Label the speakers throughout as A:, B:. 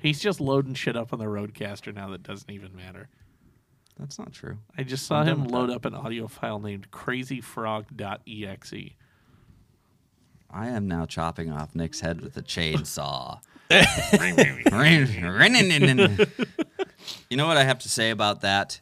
A: He's just loading shit up on the Roadcaster now that doesn't even matter.
B: That's not true.
A: I just saw
B: I'm done
A: him
B: with
A: load up an audio file named crazyfrog.exe.
B: I am now chopping off Nick's head with a chainsaw.
A: I
B: you know what I have to say about that?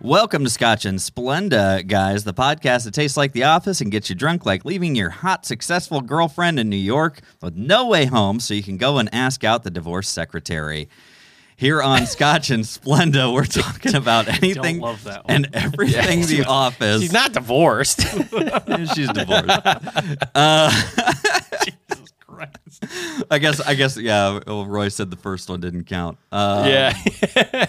B: Welcome to Scotch and Splenda, guys, the podcast that tastes like the office and gets you drunk like leaving your hot, successful girlfriend in New York with no way home so you can go and ask out the divorce secretary. Here on Scotch and Splenda, we're talking about anything
A: love that one.
B: and everything the office.
C: She's not divorced.
B: She's divorced.
A: Jesus Christ.
B: I guess. I guess. Yeah. Well, Roy said the first one didn't count. Uh,
C: yeah.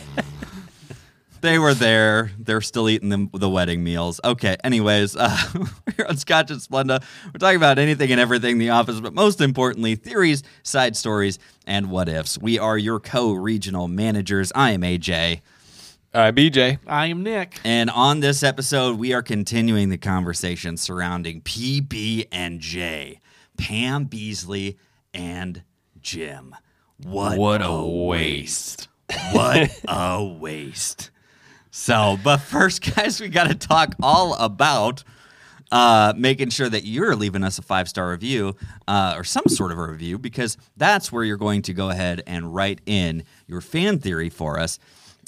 B: They were there. They're still eating the, the wedding meals. Okay. Anyways, uh, we're on Scotch and Splenda. We're talking about anything and everything in the office, but most importantly, theories, side stories, and what ifs. We are your co-regional managers. I am AJ.
C: Uh, BJ.
A: I am Nick.
B: And on this episode, we are continuing the conversation surrounding PB and J, Pam Beasley and Jim. What, What a waste. So, but first, guys, we got to talk all about uh, making sure that you're leaving us a five star review uh, or some sort of a review because that's where you're going to go ahead and write in your fan theory for us.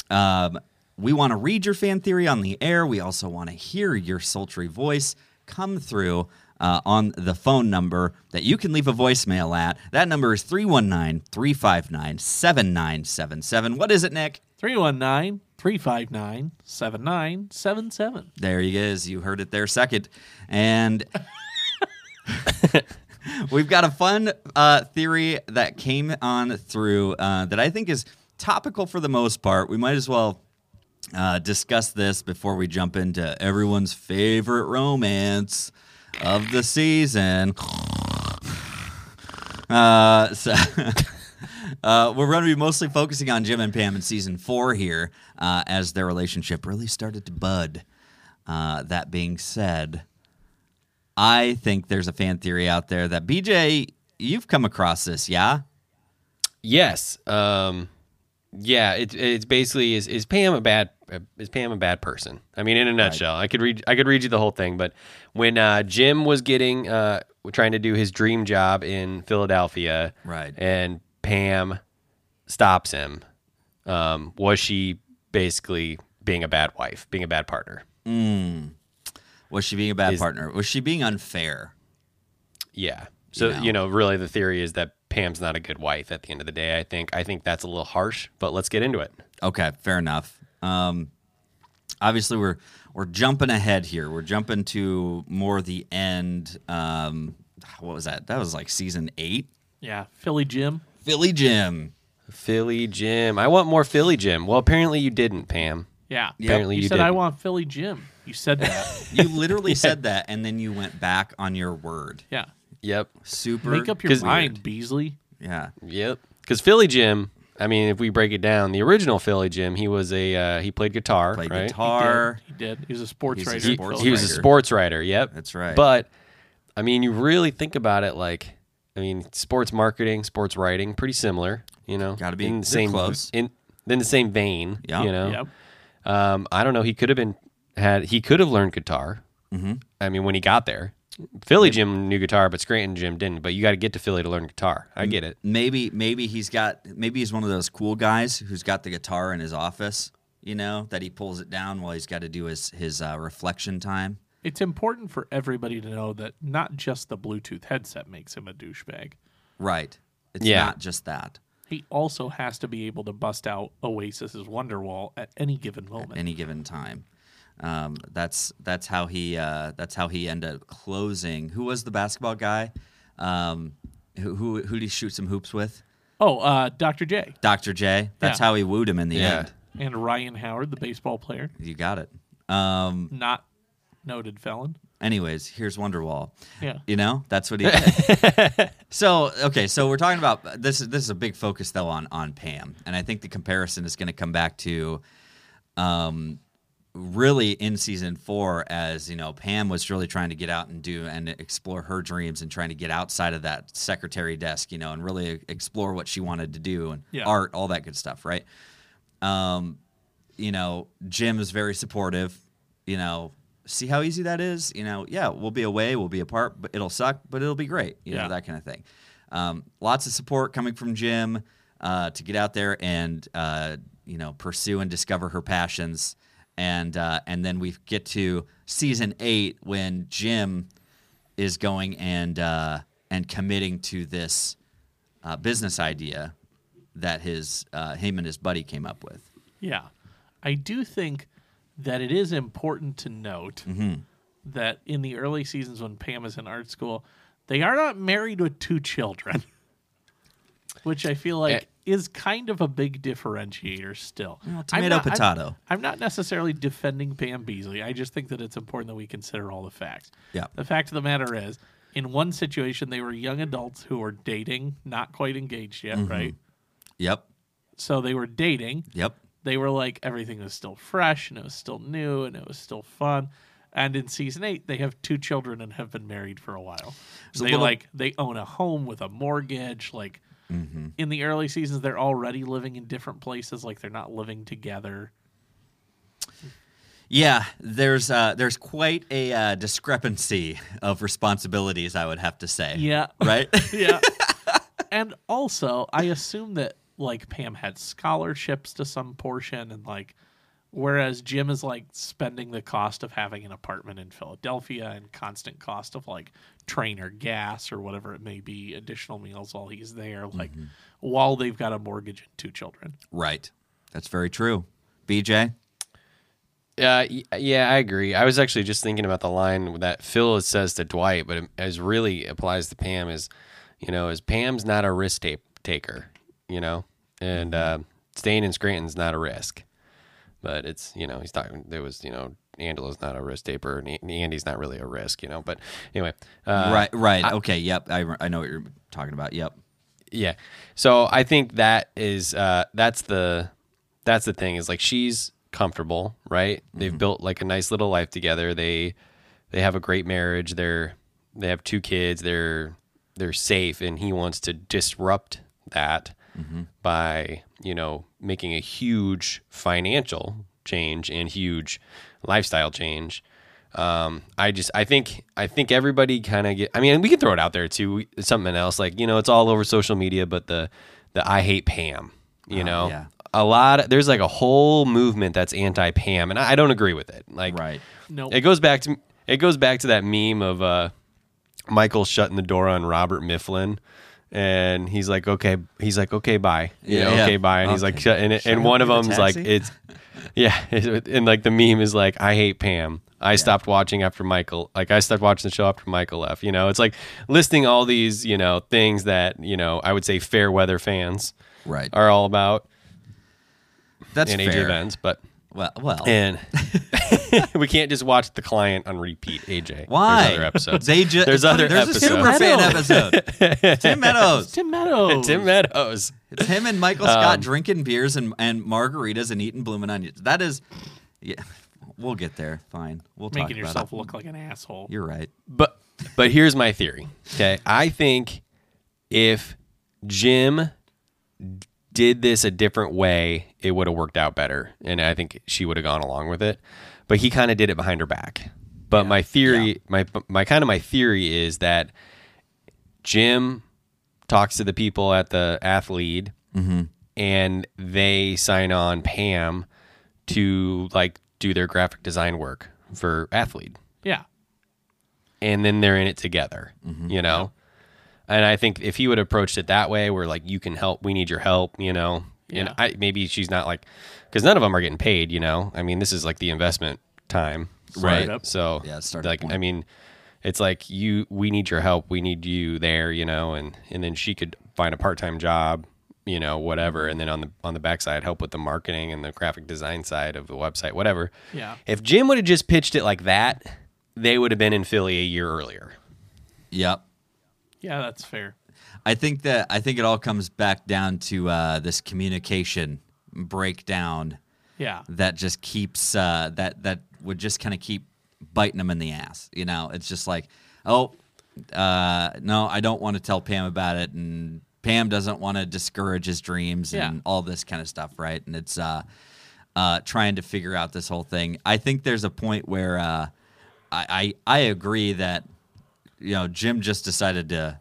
B: Um, we want to read your fan theory on the air. We also want to hear your sultry voice come through uh, on the phone number that you can leave a voicemail at. That number is 319 359 7977. What is it, Nick?
A: 319 359 7977.
B: There he is. You heard it there second. And we've got a fun uh, theory that came on through uh, that I think is topical for the most part. We might as well uh, discuss this before we jump into everyone's favorite romance of the season. Uh, so. Uh, we're going to be mostly focusing on Jim and Pam in season four here, uh, as their relationship really started to bud. Uh, that being said, I think there's a fan theory out there that BJ, you've come across this, yeah?
C: Yes. Um, yeah. It, it's basically is is Pam a bad uh, is Pam a bad person? I mean, in a nutshell, I could read I could read you the whole thing, but when uh, Jim was getting uh, trying to do his dream job in Philadelphia,
B: Right.
C: and Pam stops him, um, was she basically being a bad wife, being a bad partner?
B: Was she being a bad
C: Is-
B: partner? Was she being unfair?
C: Yeah. So
B: You know?
C: you know, really, the theory is that Pam's not a good wife. At the end of the day, I think I think that's a little harsh, but let's get into it.
B: Okay, fair enough. Um, obviously, we're we're jumping ahead here. We're jumping to more the end. Um, what was that? That was like season eight.
A: Yeah, Philly Jim.
B: Philly Jim.
C: Philly Jim, I want more Philly Jim. Well, apparently you didn't, Pam.
A: Yeah.
C: Apparently
A: you,
C: you
A: said I
C: didn't.
A: want Philly Jim. You said that.
B: You literally said that, and then you went back on your word.
A: yeah.
C: Yep.
B: Super.
A: Make up your
C: 'cause-
A: mind, Beasley.
B: Yeah.
C: Yep. Because Philly Jim, I mean, if we break it down, the original Philly Jim, he was a uh, he played guitar,
B: Played
C: right?
B: guitar.
A: He did. He was a sports
B: He's a
A: writer.
C: He,
A: in
B: sports
A: Philly.
C: he was a
B: writer.
C: sports writer. Yep.
B: That's right.
C: But I mean, you really think about it, like I mean, sports marketing, sports writing, pretty similar. You know,
B: Gotta be-
C: in the
B: they're
C: same
B: close.
C: in in the same vein.
B: Yeah.
C: You know.
A: Yep.
C: Um, I don't know. He could have been had. He could have learned guitar. I mean, when he got there, Philly Jim knew guitar, but Scranton Jim didn't. But you got to get to Philly to learn guitar. I get it.
B: maybe maybe he's got maybe he's one of those cool guys who's got the guitar in his office you know that he pulls it down while he's got to do his his uh, reflection time
A: It's important for everybody to know that not just the Bluetooth headset makes him a douchebag.
B: right it's
C: Yeah.
B: not just that
A: He also has to be able to bust out Oasis's Wonderwall at any given moment.
B: any given time Um, that's that's how he uh, that's how he ended up closing. Who was the basketball guy? Um, who who who did he shoot some hoops with?
A: Oh, uh, Dr. J
B: Dr. J. That's
A: Yeah.
B: how he wooed him in the
C: Yeah.
B: end.
A: and Ryan Howard, the baseball player,
B: You got it. Um,
A: not noted felon.
B: anyways, here's Wonderwall.
A: Yeah.
B: You know, that's what he did. so okay, so we're talking about this. Is this is a big focus though on on Pam, and I think the comparison is going to come back to, um, really in season four as you know Pam was really trying to get out and do and explore her dreams and trying to get outside of that secretary desk, you know, and really explore what she wanted to do and
A: Yeah.
B: art, all that good stuff, right? Um, you know, Jim is very supportive. You know, see how easy that is. You know, yeah, we'll be away, we'll be apart, but it'll suck, but it'll be great. You
A: Yeah.
B: know, that kind of thing. Um, lots of support coming from Jim uh, to get out there and uh, you know pursue and discover her passions. And uh, and then we get to season eight when Jim is going and uh, and committing to this uh, business idea that his uh, him and his buddy came up with.
A: Yeah. I do think that it is important to note that in the early seasons when Pam is in art school, they are not married with two children, which I feel like
C: Eh.
A: is kind of a big differentiator still. I'm
B: Oh, tomato,
A: not- I'm-
B: potato.
A: I'm, not necessarily defending Pam Beasley. I just think that it's important that we consider all the facts.
B: Yeah.
A: The fact of the matter is, in one situation, they were young adults who were dating, not quite engaged yet,
B: Mm-hmm.
A: right?
B: Yep.
A: So they were dating
B: Yep.
A: they were like everything was still fresh and it was still new and it was still fun. And in season eight, they have two children and have been married for a while.
B: a
A: they
B: little-
A: like they own a home with a mortgage. Like
B: Mm-hmm.
A: in the early seasons, they're already living in different places. Like they're not living together.
B: Yeah, there's uh, there's quite a uh, discrepancy of responsibilities, I would have to say.
A: Yeah,
B: Right.
A: yeah. and also, I assume that like Pam had scholarships to some portion, and like whereas Jim is like spending the cost of having an apartment in Philadelphia and constant cost of like train or gas or whatever it may be, additional meals while he's there, like while they've got a mortgage and two children.
B: right. That's very true. BJ.
C: Uh, y- yeah, I agree. I was actually just thinking about the line that Phil says to Dwight, but it as really applies to Pam is, you know, is Pam's not a risk ta- taker, you know, and uh, staying in Scranton's not a risk, but it's you know he's talking. There was you know Angelo's not a risk taker, and A- Andy's not really a risk, you know. But anyway, uh,
B: right. Right. okay. Yep. I, I know what you're talking about. Yep.
C: yeah. So I think that is uh that's the that's the thing is like she's comfortable, right? They've built like a nice little life together. They they have a great marriage. They're they have two kids. They're they're safe and he wants to disrupt that by, you know, making a huge financial change and huge lifestyle change. Um, I just I think I think everybody kind of get. I mean, we can throw it out there too. We- Something else like you know, it's all over social media, but the the I hate Pam. You know,
B: Uh-huh, yeah.
C: a lot. Of, there's like a whole movement that's anti Pam, and I, I don't agree with it. Like,
B: Right.
A: No,
C: it goes back to it goes back to that meme of uh, Michael shutting the door on Robert Mifflin, and he's like, okay, he's like, okay, bye, you
B: Yeah,
C: know,
B: yeah.
C: okay, bye, and he's like,
B: Okay.
C: shut, and,
B: Shut
C: and
B: up,
C: one of
B: you're the
C: them's like,
B: taxi.
C: it's, yeah, and like the meme is like, I hate Pam. I stopped watching after Michael. Like I stopped watching the show after Michael left. You know, it's like listing all these, you know, things that you know I would say fair weather fans
B: Right.
C: are all about
B: That's
C: in AJ
B: fair.
C: Benz, but
B: Well. Well.
C: and we can't just watch the client on repeat, AJ.
B: why?
C: There's other episodes.
B: They just
C: There's other
B: there's
C: episodes.
B: a super fan episode. Tim Meadows.
A: Tim Meadows.
C: Tim Meadows.
B: It's him and Michael Scott drinking beers and, and margaritas and eating blooming onions. That is, yeah, we'll get there. Fine, we'll talk
A: making
B: about
A: yourself
B: it.
A: look like an asshole.
B: You're right.
C: But but here's my theory. Okay. I think if Jim did this a different way, it would have worked out better. And I think she would have gone along with it. But he kind of did it behind her back. But my theory, my my kind of my theory is that Jim talks to the people at the athlete and they sign on Pam to like do their graphic design work for athlete
A: Yeah,
C: and then they're in it together,
B: Mm-hmm.
C: you know? And I think if he would have approached it that way, where like, you can help, we need your help, you know?
A: Yeah.
C: And I, maybe she's not like, because none of them are getting paid, you know? I mean, this is like the investment time,
B: Right.
A: Yep.
C: So
B: Yeah, starting
C: like
B: point.
C: I mean, it's like you we need your help, we need you there, you know, and and then she could find a part time job, you know, whatever, and then on the on the backside help with the marketing and the graphic design side of the website, whatever.
A: Yeah.
C: If Jim would have just pitched it like that, they would have been in Philly a year earlier.
B: Yep.
A: Yeah, that's fair.
B: I think that I think it all comes back down to uh, this communication breakdown
A: Yeah.
B: that just keeps uh, that that would just kind of keep biting them in the ass. You know, it's just like, oh, uh, no, I don't want to tell Pam about it, and Pam doesn't want to discourage his dreams
A: Yeah.
B: and all this kind of stuff, right? And it's uh, uh, trying to figure out this whole thing. I think there's a point where uh, I, I I agree that you know Jim just decided to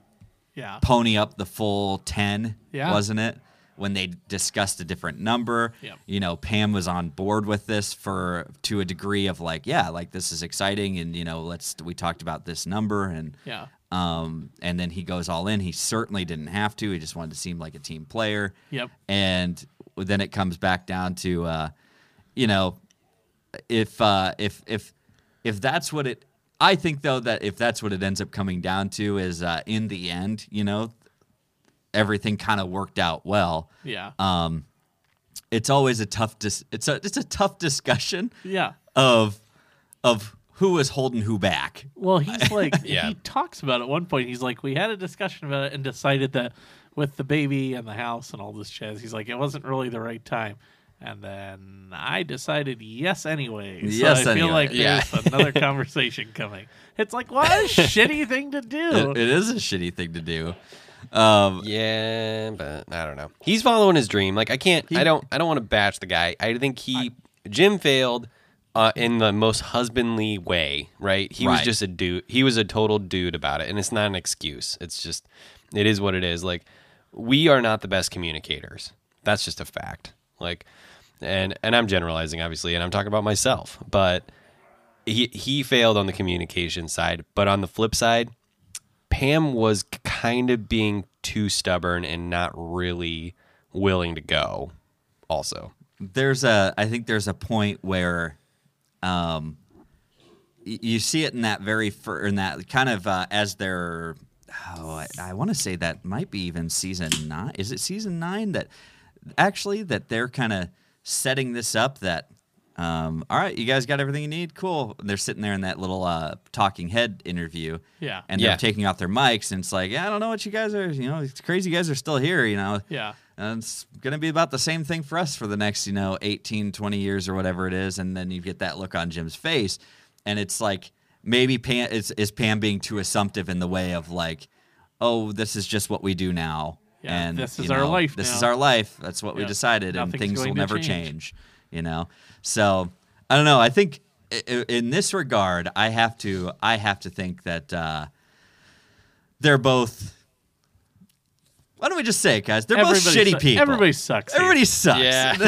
A: Yeah.
B: pony up the full 10,
A: Yeah.
B: wasn't it? When they discussed a different number.
A: Yep.
B: You know, Pam was on board with this for to a degree of like, yeah, like this is exciting and you know, let's we talked about this number and
A: Yeah.
B: um and then he goes all in. He certainly didn't have to. He just wanted to seem like a team player.
A: Yep.
B: And then it comes back down to uh you know, if uh, if if if that's what it I think though that if that's what it ends up coming down to is uh, in the end, you know, everything kind of worked out well.
A: Yeah.
B: Uh, It's always a tough dis- it's a it's a tough discussion
A: yeah.
B: of of who is holding who back.
A: Well, he's like
C: Yeah.
A: he talks about it at one point. He's like, we had a discussion about it and decided that with the baby and the house and all this jazz, he's like, it wasn't really the right time. And then I decided yes anyway. So
B: Yes
A: I feel
B: anyway.
A: like
C: Yeah.
A: there's another conversation coming. It's like, what a shitty thing to do.
B: It, it is a shitty thing to do. Um,
C: Yeah, but I don't know. He's following his dream. Like I can't. I don't. I don't want to bash the guy. I think he Jim failed uh, in the most husbandly way. Right. He was
B: Right.
C: just a dude. He was a total dude about it, and it's not an excuse. It's just, it is what it is. Like we are not the best communicators. That's just a fact. Like, and and I'm generalizing obviously, and I'm talking about myself, but he he failed on the communication side, but on the flip side, Pam was kind of being too stubborn and not really willing to go. Also,
B: there's a I think there's a point where um y- you see it in that very fir- in that kind of uh, as they're oh I, I want to say that might be even season 9 is it season 9 that actually that they're kind of setting this up that um, all right, you guys got everything you need. Cool. And they're sitting there in that little uh, talking head interview.
A: Yeah.
B: And they're
C: Yeah.
B: taking off their mics, and it's like, yeah, I don't know what you guys are. You know, it's crazy. You guys are still here. You know.
A: yeah.
B: And it's going to be about the same thing for us for the next, you know, 18, 20 years or whatever it is. And then you get that look on Jim's face. And it's like, maybe Pam is, is Pam being too assumptive in the way of like, oh, this is just what we do now.
A: Yeah,
B: and
A: this is
B: you
A: our
B: know,
A: life
B: This is
A: now.
B: our life. That's what we
A: Yeah,
B: decided. And
A: nothing's
B: things
A: going
B: will
A: to
B: never
A: change.
B: change, you know? So I don't know. I think i- i- in this regard, I have to, I have to think that, uh, they're both. Why don't we just say, it, guys? They're both
A: Everybody
B: shitty
A: su-
B: people.
A: Everybody sucks. here.
B: Everybody sucks.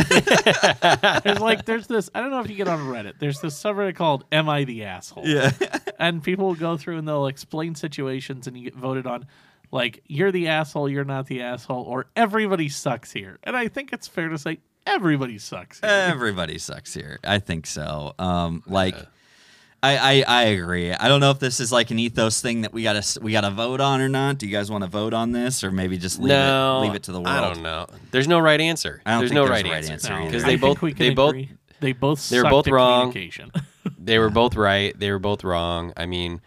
A: There's like there's this I don't know if you get on Reddit. There's this subreddit called Am I the Asshole?
B: Yeah.
A: And people will go through and they'll explain situations and you get voted on like you're the asshole, you're not the asshole, or everybody sucks here. And I think it's fair to say everybody sucks
B: Uh,
A: here.
B: Everybody sucks here. I think so. Um, like, I, I I agree. I don't know if this is like an ethos thing that we gotta s- we gotta vote on or not. Do you guys want to vote on this or maybe just leave
C: no,
B: it leave it to the world?
C: I don't know. There's no right answer.
B: I don't
C: there's
B: think
C: no
B: there's
C: right,
B: a right
C: answer
B: answer either.
C: because
A: I
C: they
A: think
C: both
A: we can
C: they both
A: agree. they both
C: they're
A: sucked
C: both
A: at
C: wrong.
A: communication.
C: they were both right. They were both wrong. I mean,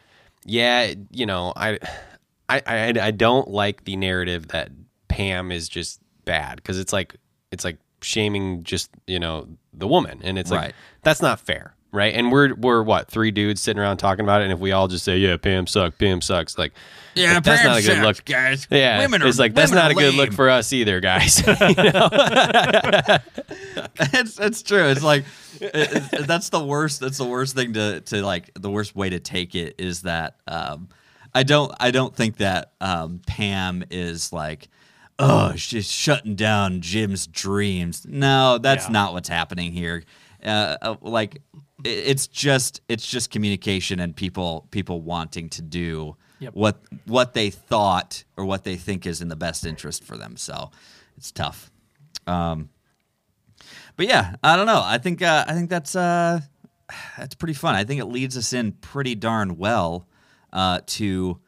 C: yeah, you know, I, I, I, I don't like the narrative that Pam is just bad because it's like it's like shaming just you know the woman, and it's like
B: Right.
C: that's not fair, right? And we're we're what three dudes sitting around talking about it, and if we all just say yeah, Pam sucks, Pam sucks, like
B: Yeah,
C: like, that's
B: Pam
C: not a good
B: sucks,
C: look,
B: guys.
C: Yeah,
B: Women are-
C: it's like that's
B: women
C: not
B: are
C: a good look
B: lame.
C: for us either, guys.
B: that's that's true. It's like it- it- that's the worst. That's the worst thing to to like the worst way to take it is that um, I don't I don't think that um, Pam is like oh she's shutting down Jim's dreams. No, that's
A: Yeah.
B: not what's happening here. Uh, uh, like i- it's just it's just communication and people people wanting to do
A: Yep.
B: what what they thought or what they think is in the best interest for them. So it's tough. But yeah, I don't know. I think uh, I think that's uh, that's pretty fun. I think it leads us in pretty darn well uh, to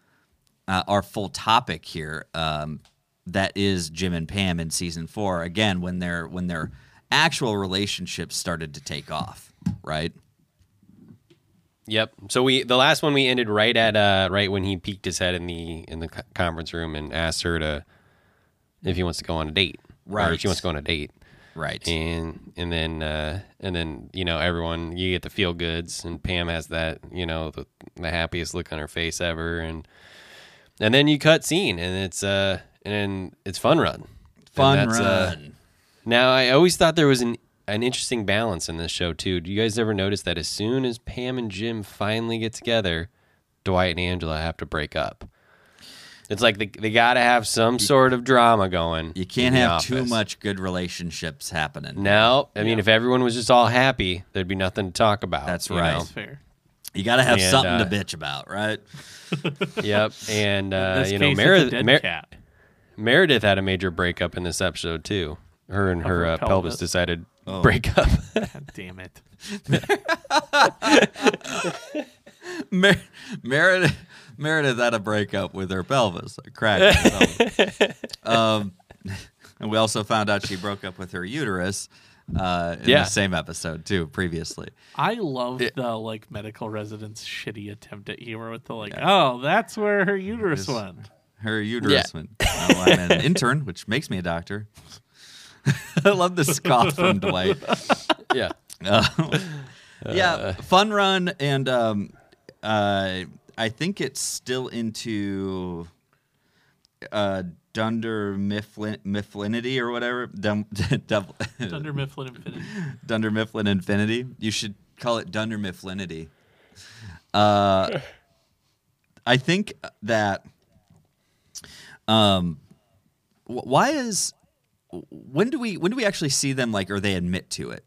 B: uh, our full topic here. Um, that is Jim and Pam in season four again when their when their actual relationships started to take off, right?
C: Yep. So we the last one we ended right at uh right when he peeked his head in the in the co- conference room and asked her to if he wants to go on a date. Or
B: Right.
C: if she wants to go on a date.
B: Right.
C: And and then uh and then you know everyone you get the feel goods and Pam has that you know the, the happiest look on her face ever and and then you cut scene and it's uh and then it's fun run. And
B: Fun
C: that's,
B: run.
C: uh, now, I always thought there was an an interesting balance in this show too. Do you guys ever notice that as soon as Pam and Jim finally get together, Dwight and Angela have to break up? It's like they, they got to have some sort of drama going.
B: you can't
C: in the
B: have too
C: office.
B: much good relationships happening.
C: No, I mean if everyone was just all happy, there'd be nothing to talk about.
B: That's
C: you
B: right.
C: know?
A: That's fair.
B: You got to have
C: And,
B: something
C: uh,
B: to bitch about, right?
C: Yep. And uh,
A: this
C: you know
A: case, it's a
C: Meredith
A: dead
C: Mer-
A: cat.
C: Meredith had a major breakup in this episode too. Her and her,
A: her
C: uh, pelvis.
A: pelvis.
C: decided
B: Oh.
C: break up.
A: God damn it.
B: Mer- Meredith Meredith had a breakup with her pelvis, a crack. in her pelvis. um, and we also found out she broke up with her uterus uh, in
C: Yeah.
B: the same episode too, previously.
A: I love the like medical residents' shitty attempt at humor with the like, oh, that's where her uterus
B: Yes.
A: went.
B: Her uterus went. Oh, I'm an intern, which makes me a doctor. I love the scoff from Dwight.
C: yeah.
B: Uh, yeah, Fun Run, and um, uh, I think it's still into uh, Dunder Mifflin, Mifflinity or whatever. Dun, dun,
A: Thunder Mifflin Infinity.
B: Dunder Mifflin Infinity. You should call it Dunder Mifflinity. Uh, I think that. Um, wh- why is when do we when do we actually see them like or they admit to it?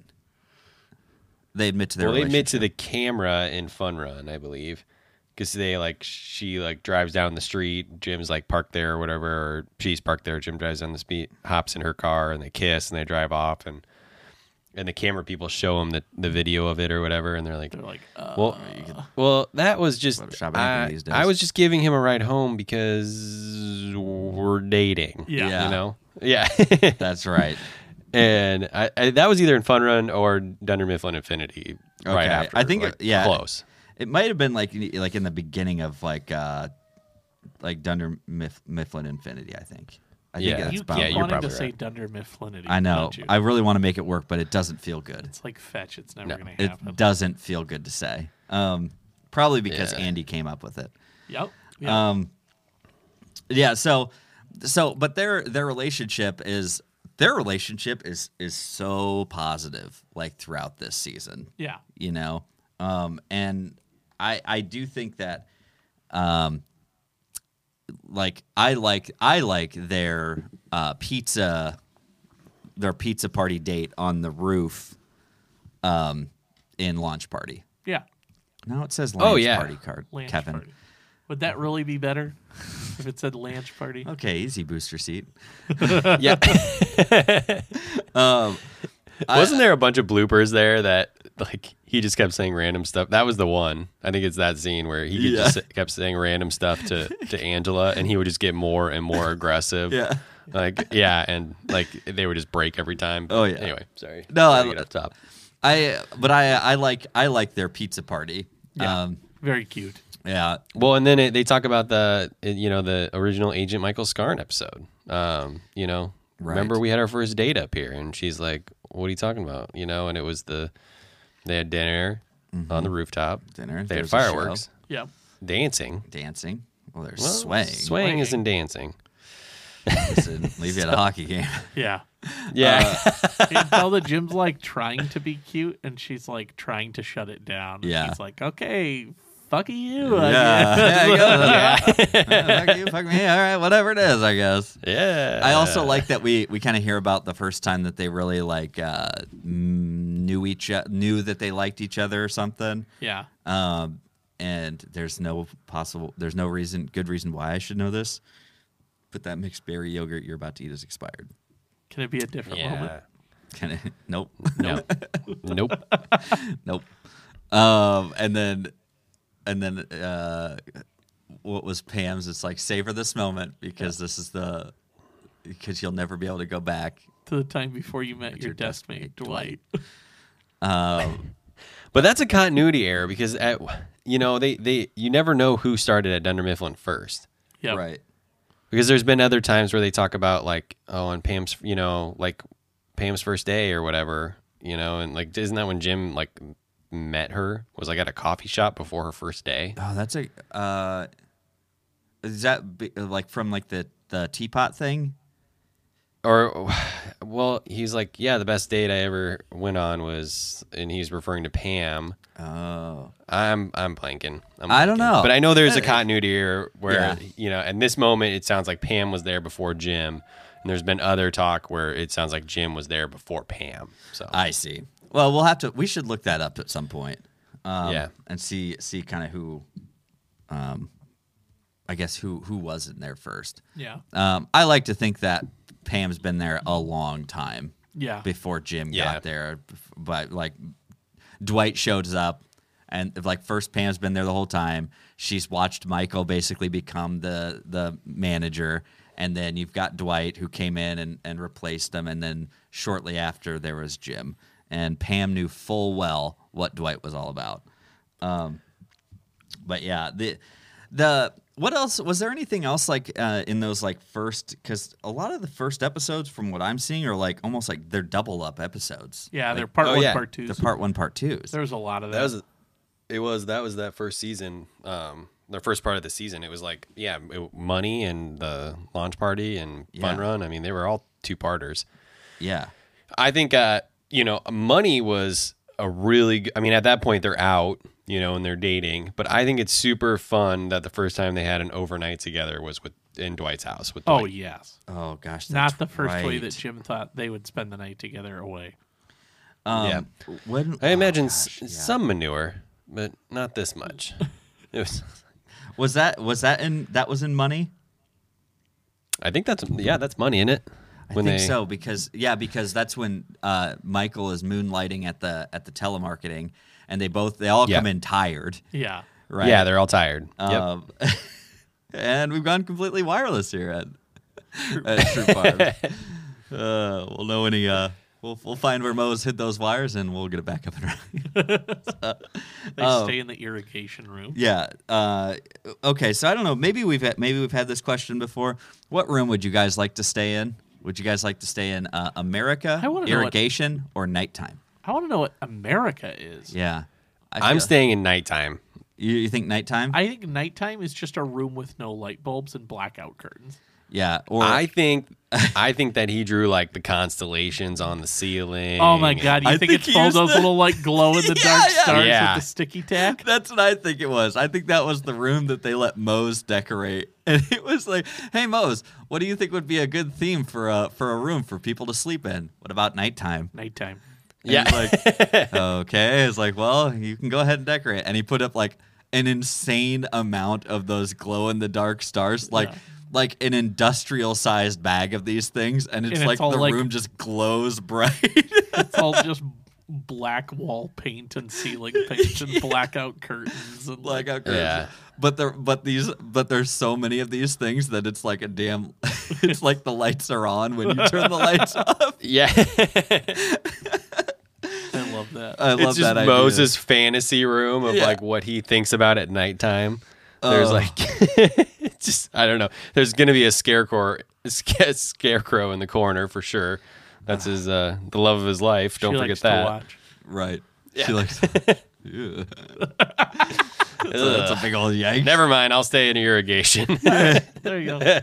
B: They admit to their
C: well, they
B: relationship.
C: admit to the camera in Fun Run, I believe, because they like she like drives down the street. Jim's like parked there or whatever, or she's parked there. Jim drives down the speed, hops in her car, and they kiss and they drive off. And and the camera people show them the, the video of it or whatever, and they're like,
A: They're like, uh,
C: well, well, that was just
B: Photoshop anything
C: I,
B: these days.
C: I was just giving him a ride home because we're dating.
A: Yeah.
B: Yeah.
C: you know, yeah.
B: That's right.
C: and I, I that was either in Fun Run or Dunder Mifflin Infinity. Right
B: Okay.
C: after,
B: I think
C: like,
B: it- yeah.
C: close.
B: It might have been like like in the beginning of like uh like Dunder Mif- Mifflin Infinity. I think. I think
C: Yeah.
B: that's
A: you
B: about.
A: keep
C: yeah, you're
A: wanting to
C: probably
A: say
C: right.
A: Dunder Mifflinity.
B: I know.
A: don't you?
B: I really want to make it work, but it doesn't feel good.
A: it's like fetch. It's never going to
B: It
A: happen.
B: doesn't feel good to say. Um, probably because
C: Yeah.
B: Andy came up with it.
A: Yep. Yeah.
B: Um, yeah. So, so, but their their relationship is their relationship is is so positive like throughout this season
A: yeah.
B: you know um and i i do think that um like i like i like their uh pizza their pizza party date on the roof um in launch party
A: Yeah.
B: now it says
C: Oh,
B: launch
C: yeah.
B: party card
A: Lanch
B: kevin
A: party. Would that really be better if it said Lanch party?
B: okay easy booster seat
C: Yeah.
B: um
C: Wasn't there a bunch of bloopers there that like he just kept saying random stuff? That was the one. I think it's that scene where he could
B: Yeah.
C: just kept saying random stuff to to Angela, and he would just get more and more aggressive.
B: Yeah.
C: Like yeah, and like they would just break every time.
B: Oh, yeah.
C: Anyway, sorry.
B: No,
C: Gotta
B: I-
C: get off top.
B: i but i i like i like their pizza party
A: Yeah.
B: um
A: Very cute.
B: yeah
C: Well, and then it, they talk about the uh, you know the original Agent Michael Scarn episode. Um, you know,
B: Right.
C: remember we had our first date up here, and she's like, "What are you talking about?" You know, and it was the they had dinner on
B: Mm-hmm.
C: the rooftop,
B: Dinner,
C: they had
B: there's a show.
C: fireworks,
A: Yeah.
C: dancing,
B: dancing well there's
C: Well,
B: swaying
C: swaying isn't dancing.
B: Listen, leave you at a hockey game
A: Yeah.
B: Uh,
C: Yeah,
A: You can tell that Jim's like trying to be cute and she's like trying to shut it down.
B: Yeah.
A: He's like, okay, fuck you. I
B: Yeah,
A: guess."
B: there you go. Yeah, fuck you, fuck me. All right, whatever it is, I guess.
C: yeah.
B: I also like that we we kind of hear about the first time that they really like uh, mm, knew each o- knew that they liked each other or something.
A: yeah.
B: Um, and there's no possible, there's no reason, good reason why I should know this, but that mixed berry yogurt you're about to eat is expired.
A: Can it be a different
C: yeah.
A: moment?
B: Kind of, nope,
C: Nope. nope.
B: nope. Um, and then, and then, uh, what was Pam's? It's like savor this moment because this is the because you'll never be able to go back.
A: to the time before you met your, destiny, Dwight.
B: Um,
C: But that's a continuity error because at, you know they, they you never know who started at Dunder Mifflin first.
A: Yep.
B: Right.
C: because there's been other times where they talk about like oh on pam's you know like pam's first day or whatever you know and like isn't that when jim like met her was like at a coffee shop before her first day
B: Oh, that's a. Uh, is that be, like from like the the teapot thing?
C: or well he's like yeah the best date i ever went on was and he's referring to pam
B: Oh,
C: i'm i'm blanking I'm
B: I don't
C: blanking.
B: know. Uh,
C: but i know there's a continuity error where
B: Yeah.
C: you know in this moment it sounds like pam was there before jim and there's been other talk where it sounds like jim was there before pam so
B: I see. Well, we'll have to. We should look that up at some point. Um,
C: Yeah.
B: and see see kind of who, um, I guess who who was in there first.
A: Yeah.
B: Um, I like to think that Pam's been there a long time
A: Yeah.
B: before Jim
C: Yeah.
B: got there, but like Dwight shows up. And like first, Pam's been there the whole time. She's watched Michael basically become the the manager, and then you've got Dwight who came in and, and replaced him. And then shortly after, there was Jim, and Pam knew full well what Dwight was all about. But yeah, the the what else was there anything else like uh, in those like first because a lot of the first episodes from what I'm seeing are like almost like they're double up episodes.
A: Yeah,
B: Like,
A: they're part
C: Oh,
A: one,
C: yeah.
A: part two.
B: they're part one, part twos.
A: There's a lot of that.
C: that was it was that was that first season um their first part of the season it was like yeah it- money and the launch party and
B: Yeah.
C: fun run i mean they were all two parters
B: Yeah,
C: i think uh you know money was a really g- i mean at that point they're out you know and they're dating but i think it's super fun that the first time they had an overnight together was with in dwight's house with
A: oh
C: Dwight.
A: yes.
B: Oh gosh,
A: Not
B: that's
A: the first way
B: right.
A: that Jim thought they would spend the night together away.
B: Um, When
C: i
B: oh,
C: imagine
B: gosh,
C: s-
B: yeah.
C: some manure but not this much it was
B: was that was that in that was in money.
C: i think that's yeah that's money in it
B: I think so because yeah because that's when uh, Michael is moonlighting at the at the telemarketing and they both they all
C: Yeah.
B: come in tired
A: Yeah.
B: right
C: Yeah, they're all tired. yep.
B: Um, and we've gone completely wireless here at, at True Farm. uh, we'll know any. Uh, we'll we'll find where Mo's hit those wires, and we'll get it back up and running.
A: They stay in the irrigation room.
B: Oh. yeah. Uh, okay. So I don't know. Maybe we've had, maybe we've had this question before. What room would you guys like to stay in? Would you guys like to stay in uh, America,
A: I wanna know what-
B: irrigation, or nighttime?
A: I want to know what America is.
B: Yeah. I
C: I'm
B: feel-
C: staying in nighttime.
B: You, you think nighttime?
A: I think nighttime is just a room with no light bulbs and blackout curtains.
B: yeah. Or
C: I think I think that he drew like the constellations on the ceiling.
A: Oh my god, you
B: I
A: think,
B: think
A: it's
B: he
A: full of
B: used
A: those
B: the-
A: little like glow in the
B: Yeah,
A: dark
B: yeah.
A: stars
C: Yeah.
A: with the sticky tack?
B: That's what I think it was. I think that was the room that they let Mose decorate, and it was like, "Hey Mose, what do you think would be a good theme for a for a room for people to sleep in? What about nighttime?"
A: Nighttime.
B: And
C: Yeah.
B: he's like, okay. It's like, well, you can go ahead and decorate, and he put up like an insane amount of those glow in the dark stars, like.
A: Yeah.
B: Like an industrial sized bag of these things, and it's
A: it's
B: like
A: all
B: the
A: like-
B: room just glows bright.
A: It's all just black wall paint and ceiling paint and blackout curtains and like
B: blackout curtains.
C: Yeah.
B: But there, but these, but there's so many of these things that it's like a damn. It's like the lights are on when you turn the lights off.
C: Yeah.
A: I love that.
B: I love
C: it's just
B: that idea.
C: Moses' fantasy room of
B: Yeah.
C: like what he thinks about at nighttime. There's
B: Oh.
C: like it's just I don't know. There's gonna be a scarecrow a sca- scarecrow in the corner for sure. That's his uh the love of his life. Don't
A: she
C: forget
A: likes To
C: that.
A: watch.
B: right?
C: Yeah.
B: She likes. Ew. That's, a, that's a big old yank.
C: Never mind, I'll stay in irrigation.
A: There you go.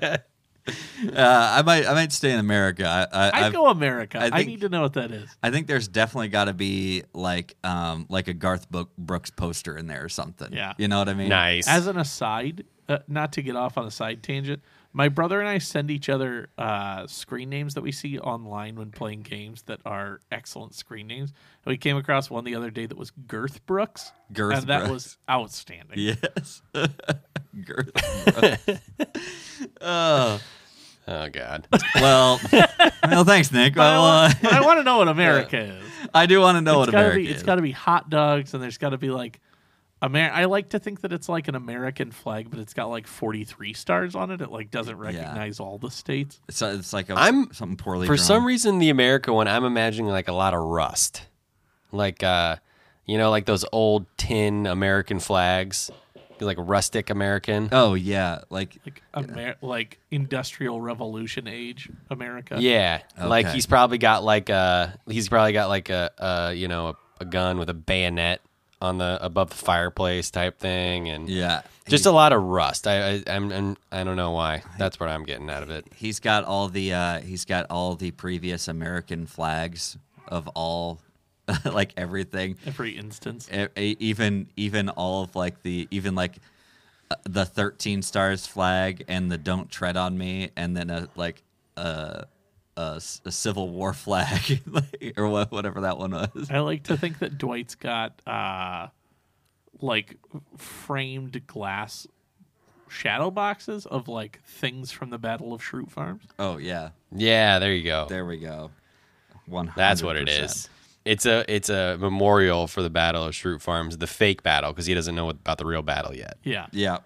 B: Uh, I might, I might stay in America. I, I,
A: I
B: I've-
A: go America.
B: I
A: I,
B: think-
A: need to know what that is.
B: I think there's definitely got to be like, um, like a Garth Bo- Brooks poster in there or something.
A: Yeah.
B: you know what I mean.
C: nice.
A: As an aside, uh, not to get off on a side tangent, my brother and I send each other uh, screen names that we see online when playing games that are excellent screen names. And we came across one the other day that was Girth Brooks.
B: Girth
A: and that
B: Brooks.
A: was outstanding.
B: Yes. Garth. Brooks. oh.
C: oh god.
B: Well, well, thanks, Nick. Well, uh,
A: But I want to know what America is.
B: I do want to know what
A: it's gotta
B: America
A: be. It's
B: is.
A: gotta be hot dogs, and there's gotta be like. Amer- I like to think that it's like an American flag, but it's got like 43 stars on it. It like doesn't recognize all the states.
B: so it's like a,
C: I'm-
B: something poorly
C: For
B: drawn.
C: some reason, the America one, I'm imagining like a lot of rust, like uh, you know, like those old tin American flags, like rustic American.
B: Oh yeah, like
A: Like Amer- like industrial revolution age America.
C: Yeah, like
B: Okay.
C: he's probably got like a he's probably got like a, a you know a, a gun with a bayonet on the above the fireplace type thing, and
B: yeah.
C: just a lot of rust. I I I'm, I'm I don't know why. That's what I'm getting out of it.
B: He's got all the uh, he's got all the previous American flags of all like everything,
A: Every instance.
B: E- e- even even all of like the even like uh, the thirteen stars flag and the don't tread on me and then a like a a, s- a Civil War flag like, or wha- whatever that one was.
A: I like to think that Dwight's got uh, like framed glass shadow boxes of like things from the Battle of Shroot Farms.
B: Oh yeah,
C: Yeah, there you go.
B: there we go. One.
C: That's what it is. It's a it's a memorial for the Battle of Shroot Farms, the fake battle, because he doesn't know about the real battle yet.
A: Yeah.
B: Yeah,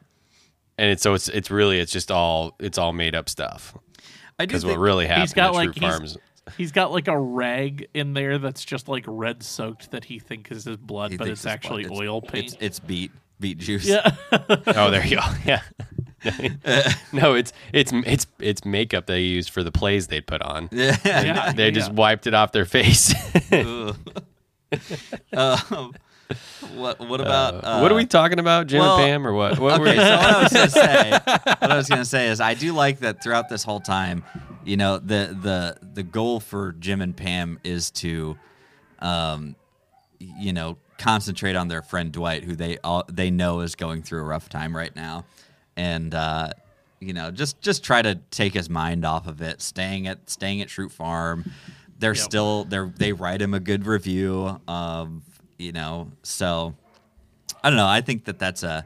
C: And it's so it's it's really it's just all it's all made up stuff.
B: I do.
C: Because what
B: Think,
C: really happened
A: He's got
C: at
A: like
C: Shroot
A: he's,
C: Farms.
A: he's got like a rag in there that's just like red soaked that he think is his blood,
B: he
A: but
B: thinks
A: it's actually
B: it's-
A: oil
B: It's,
A: paint.
B: it's beet beet juice.
A: yeah.
C: Oh, there you go. Yeah. no, it's it's it's it's makeup they used for the plays they put on.
B: Yeah.
A: yeah.
C: They just wiped it off their face.
B: um, what what about uh,
C: what are we talking about, Jim
B: well,
C: and Pam, or what? What
B: Okay,
C: were,
B: so what I was gonna say, what I was gonna say is, I do like that throughout this whole time, you know, the the the goal for Jim and Pam is to, um, you know, concentrate on their friend Dwight, who they all they know is going through a rough time right now, and uh, you know, just just try to take his mind off of it. Staying at staying at Shroot Farm, they're
A: Yep.
B: still they are they write him a good review, um, you know, so. I don't know. I think that that's a.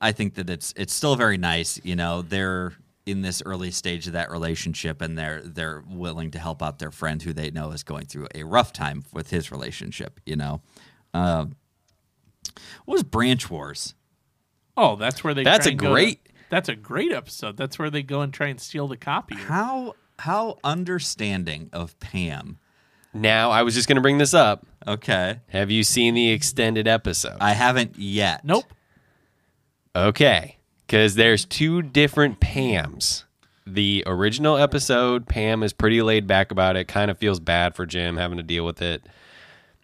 B: I think that it's it's still very nice. You know, they're in this early stage of that relationship, and they're they're willing to help out their friend who they know is going through a rough time with his relationship. You know, um, what was Branch Wars?
A: Oh, that's where they.
C: That's
A: try
C: a
A: and go to-
C: great-
A: that's a great episode. That's where they go and try and steal the copy.
B: How how understanding of Pam?
C: now I was just gonna bring this up.
B: Okay,
C: Have you seen the extended episode?
B: I haven't yet.
A: Nope.
C: Okay. Because there's two different Pams. The original episode, Pam is pretty laid back about it, kind of feels bad for Jim having to deal with it.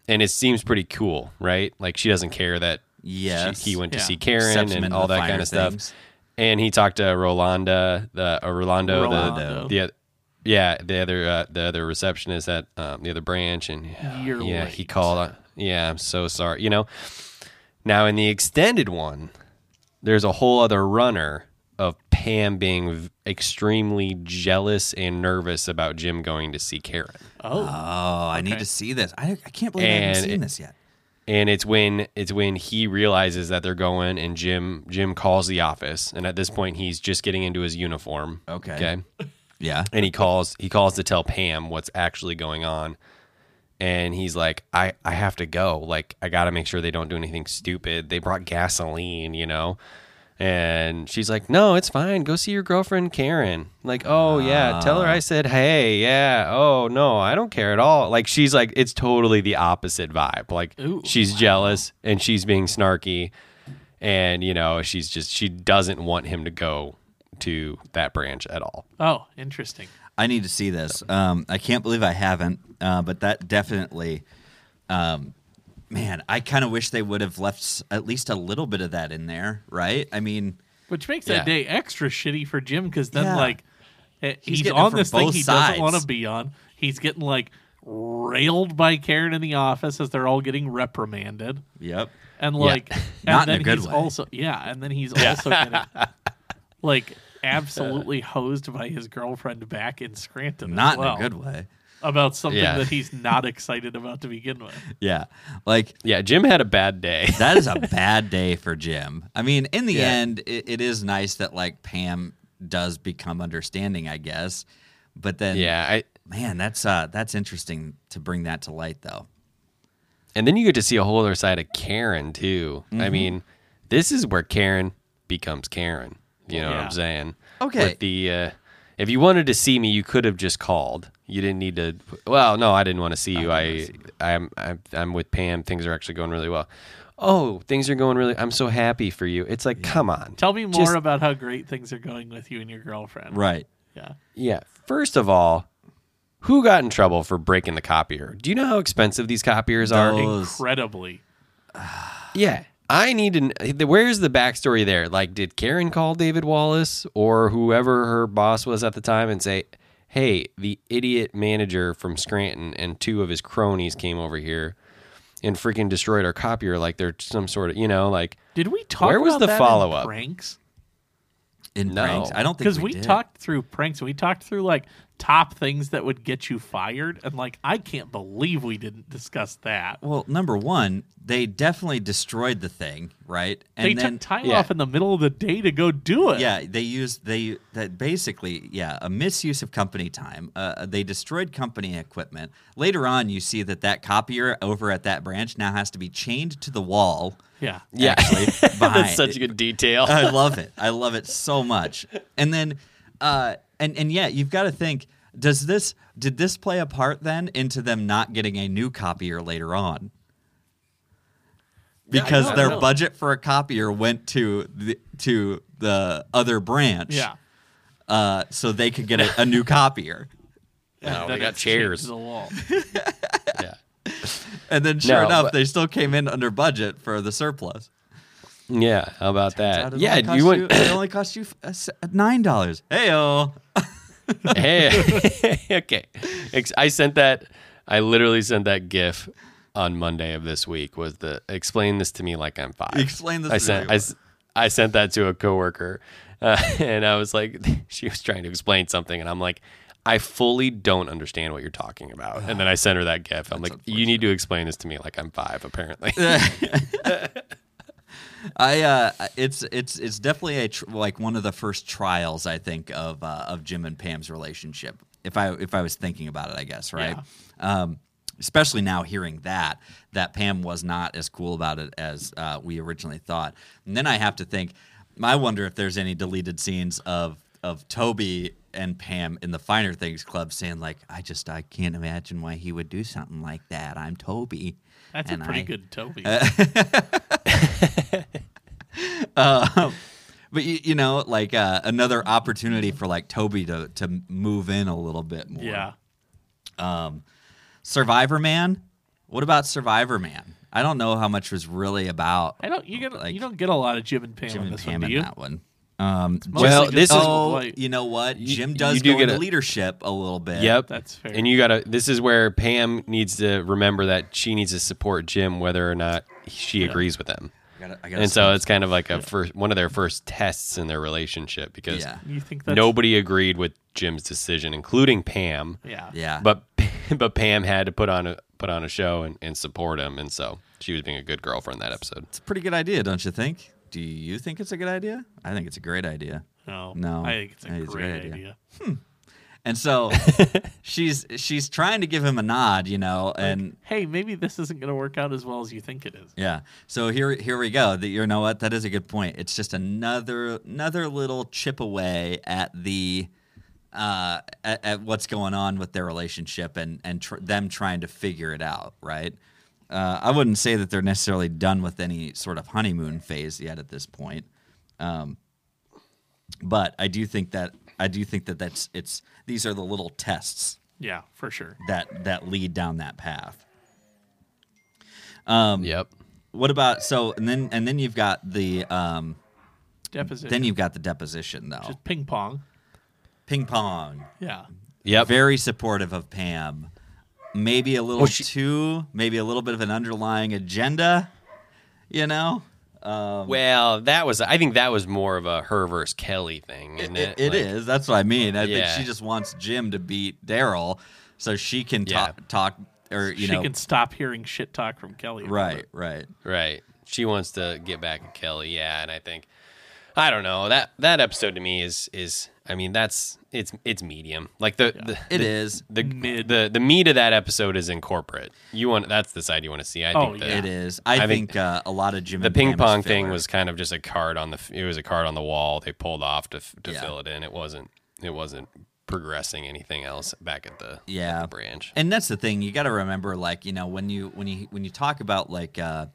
C: And it seems pretty cool, right? Like she doesn't care that she-
B: Yes.
C: he went to
A: Yeah.
C: see Karen
B: Steps him
C: and
B: into
C: all
B: the
C: that kind
B: finer
C: of stuff.
B: things.
C: And he talked to Rolanda, the or Rolando,
A: Rolando.
C: the the yeah, the other uh, the other receptionist at um, the other branch, and
A: You're
C: yeah, he
A: late.
C: called. uh, Yeah, I'm so sorry. You know, now in the extended one, there's a whole other runner of Pam being v- extremely jealous and nervous about Jim going to see Karen.
A: Oh,
B: Oh, I need
A: Okay.
B: to see this. I, I can't believe I haven't
C: And
B: seen
C: it-
B: this yet.
C: and it's when it's when he realizes that they're going and jim jim calls the office and at this point he's just getting into his uniform
B: Okay.
C: okay
B: Yeah.
C: and he calls he calls to tell pam what's actually going on and he's like i i have to go like i gotta make sure they don't do anything stupid they brought gasoline you know and she's like no it's fine go see your girlfriend karen like oh yeah tell her i said hey yeah oh no i don't care at all like she's like it's totally the opposite vibe like
A: Ooh,
C: she's jealous and she's being snarky and you know she's just she doesn't want him to go to that branch at all
A: oh, interesting.
B: I need to see this. Um, I can't believe I haven't, uh, but that definitely, um, man, I kind of wish they would have left s- at least a little bit of that in there, right? I mean,
A: Which makes
C: Yeah.
A: that day extra shitty for Jim because then
B: Yeah.
A: like eh,
B: He's
A: he's,
B: getting it
A: on
B: from
A: this thing
B: both
A: he
B: sides.
A: doesn't want to be on. He's getting like railed by Karen in the office as they're all getting reprimanded.
B: yep.
A: And like
B: Not
A: and
B: in
A: then
B: a good
A: he's
B: way.
A: also yeah, and then he's also getting like absolutely hosed by his girlfriend back in Scranton. as
B: Not
A: well,
B: in a good way.
A: about something
C: Yeah.
A: that he's not excited about to begin with.
B: Yeah. Like,
C: Yeah, Jim had a bad day.
B: that is a bad day for Jim. I mean, in the
C: Yeah.
B: end, it, it is nice that, like, Pam does become understanding, I guess. But then,
C: yeah, I
B: man, that's uh, that's interesting to bring that to light, though.
C: and then you get to see a whole other side of Karen too. I mean, this is where Karen becomes Karen. You know what
A: Yeah.
C: I'm saying?
B: Okay.
C: With the uh, if you wanted to see me, you could have just called. You didn't need to. Well, no, I didn't want to see you. I, I'm, I'm, I'm with Pam. Things are actually going really well. Oh, things are going really. I'm so happy for you. It's like, come on.
A: Tell me more
C: Just-
A: about how great things are going with you and your girlfriend.
B: Right.
A: Yeah.
C: Yeah. First of all, who got in trouble for breaking the copier? Do you know how expensive these copiers are?
B: No. Those-
A: Incredibly.
C: Yeah. I need to. kn- Where's the backstory there? Like, did Karen call David Wallace or whoever her boss was at the time and say, hey, the idiot manager from Scranton and two of his cronies came over here and freaking destroyed our copier like they're some sort of, you know, like,
A: Did we talk
C: Where was
A: about
C: the
A: that in
C: follow-up?
A: Pranks?
B: In
C: No.
B: pranks. I don't think
A: Because we,
B: did.
A: talked through pranks. We talked through like top things that would get you fired. And like, I can't believe we didn't discuss that.
B: Well, number one, they definitely destroyed the thing, right? And
A: they
B: then
A: took time
C: yeah.
A: off in the middle of the day to go do it.
B: yeah, they used they that basically yeah a misuse of company time. Uh, they destroyed company equipment. Later on, you see that that copier over at that branch now has to be chained to the wall.
A: Yeah.
C: yeah.
B: actually, behind.
C: That's such a good detail.
B: I love it. I love it so much. And then, uh, and and yeah, you've got to think: Does this did this play a part then into them not getting a new copier later on?
A: Yeah, I
B: Because
A: know, I
B: their
A: know.
B: budget for a copier went to the to the other branch,
A: Yeah.
B: uh, so they could get a, a new copier.
C: No,
A: And
C: they
A: then
C: got
A: it's chained
C: chairs.
A: to the wall.
C: yeah.
B: And then, sure
C: No,
B: enough,
C: but-
B: they still came in under budget for the surplus.
C: Yeah. How about
B: Out
C: that?
B: of-
C: Yeah.
B: it only
C: You
B: cost
C: went.
B: It only cost you uh, s- nine dollars. Heyo.
C: hey, okay. Ex- I sent that. I literally sent that GIF on Monday of this week. Was the explain this to me like I'm five?
B: Explain this
C: I
B: to
C: sent.
B: me.
C: I, s- I sent that to a coworker, uh, and I was like, she was trying to explain something, and I'm like. I fully don't understand what you're talking about. And then I sent her that GIF. I'm like, you need to explain this to me like I'm five, apparently.
B: I uh, it's it's it's definitely a tr- like one of the first trials I think of uh, of Jim and Pam's relationship. If I if I was thinking about it, I guess right. Um, especially now hearing that that Pam was not as cool about it as uh, we originally thought, and then I have to think. I wonder if there's any deleted scenes of of Toby and Pam in the Finer Things Club saying like, "I just I can't imagine why he would do something like that." I'm Toby.
A: That's
B: and
A: a pretty
B: I- Uh,
A: good Toby.
B: But you, you know, like uh, another opportunity for like Toby to to move in a little bit more.
A: yeah.
B: Survivor Man. What about Survivor Man? I don't know how much was really about
A: I don't. You get.
B: Like-
A: you don't get a lot of Jim and Pam
B: Jim
A: in
B: and
A: this one,
B: Pam
A: do
B: in
A: you?
B: that one. Um,
C: Well,
A: Mostly
C: this
A: just
C: is-
A: Michael
B: oh,
A: White.
B: you know what? Jim
C: you
B: does
C: do
B: go
C: get
B: into
C: a-
B: leadership a little bit.
C: Yep,
A: That's fair.
C: And you gotta. This is where Pam needs to remember that she needs to support Jim, whether or not she agrees with
B: I
C: him.
B: gotta, I gotta
C: And so it's kind of like a first one of their first tests in their relationship because
B: Yeah.
A: You think that's
C: nobody agreed with Jim's decision, including Pam.
A: Yeah.
B: yeah.
C: But but Pam had to put on a put on a show and, and support him, and so she was being a good girlfriend that episode.
B: it's a pretty good idea, don't you think? Do you think it's a good idea? I think it's a great idea.
A: No.
B: No.
A: I think it's a
B: I think it's a
A: great
B: great idea.
A: idea.
B: And so she's she's trying to give him a nod, you know, and
A: Hey, maybe this isn't going to work out as well as you think it is.
B: Yeah. So here here we go. That you know what? That is a good point. It's just another another little chip away at the uh at, at what's going on with their relationship and and tr- them trying to figure it out, right? Uh, I wouldn't say that they're necessarily done with any sort of honeymoon phase yet at this point. Um but I do think that I do think that that's it's these are the little tests
A: Yeah, for sure.
B: that that lead down that path. Um,
C: Yep.
B: What about so and then and then you've got the um
A: Deposition.
B: Then you've got the deposition, though.
A: Just ping pong.
B: Ping pong.
A: Yeah.
C: Yep.
B: Very supportive of Pam. Maybe a little
C: Well, she-
B: too, maybe a little bit of an underlying agenda, you know?
C: Well, that was I think that was more of a her versus Kelly thing, isn't
B: It,
C: it?
B: it
C: Like-
B: is. That's what I mean. I
C: Yeah.
B: think she just wants Jim to beat Daryl so she can
C: Yeah.
B: talk, talk or, you
A: she
B: know.
A: can stop hearing shit talk from Kelly. about
B: Right,
A: it.
B: right.
C: Right. She wants to get back at Kelly. Yeah, and I think I don't know that that episode to me is is I mean that's it's it's medium like the the,
B: It
C: the,
B: is.
C: the, the the meat of that episode is in corporate. You want that's the side you want to see. I
A: Oh,
C: think the,
A: yeah.
B: It is. I,
C: I
B: think
C: think
B: uh, a lot of Jim.
C: the
B: and
C: ping
B: Pam is
C: pong thing
B: filler.
C: was kind of just a card on the f- it was a card on the wall they pulled off to f- to
B: Yeah.
C: fill it in. It wasn't it wasn't progressing anything else back at the
B: Yeah.
C: branch.
B: And that's the thing you got to remember, like you know, when you when you when you talk about like uh,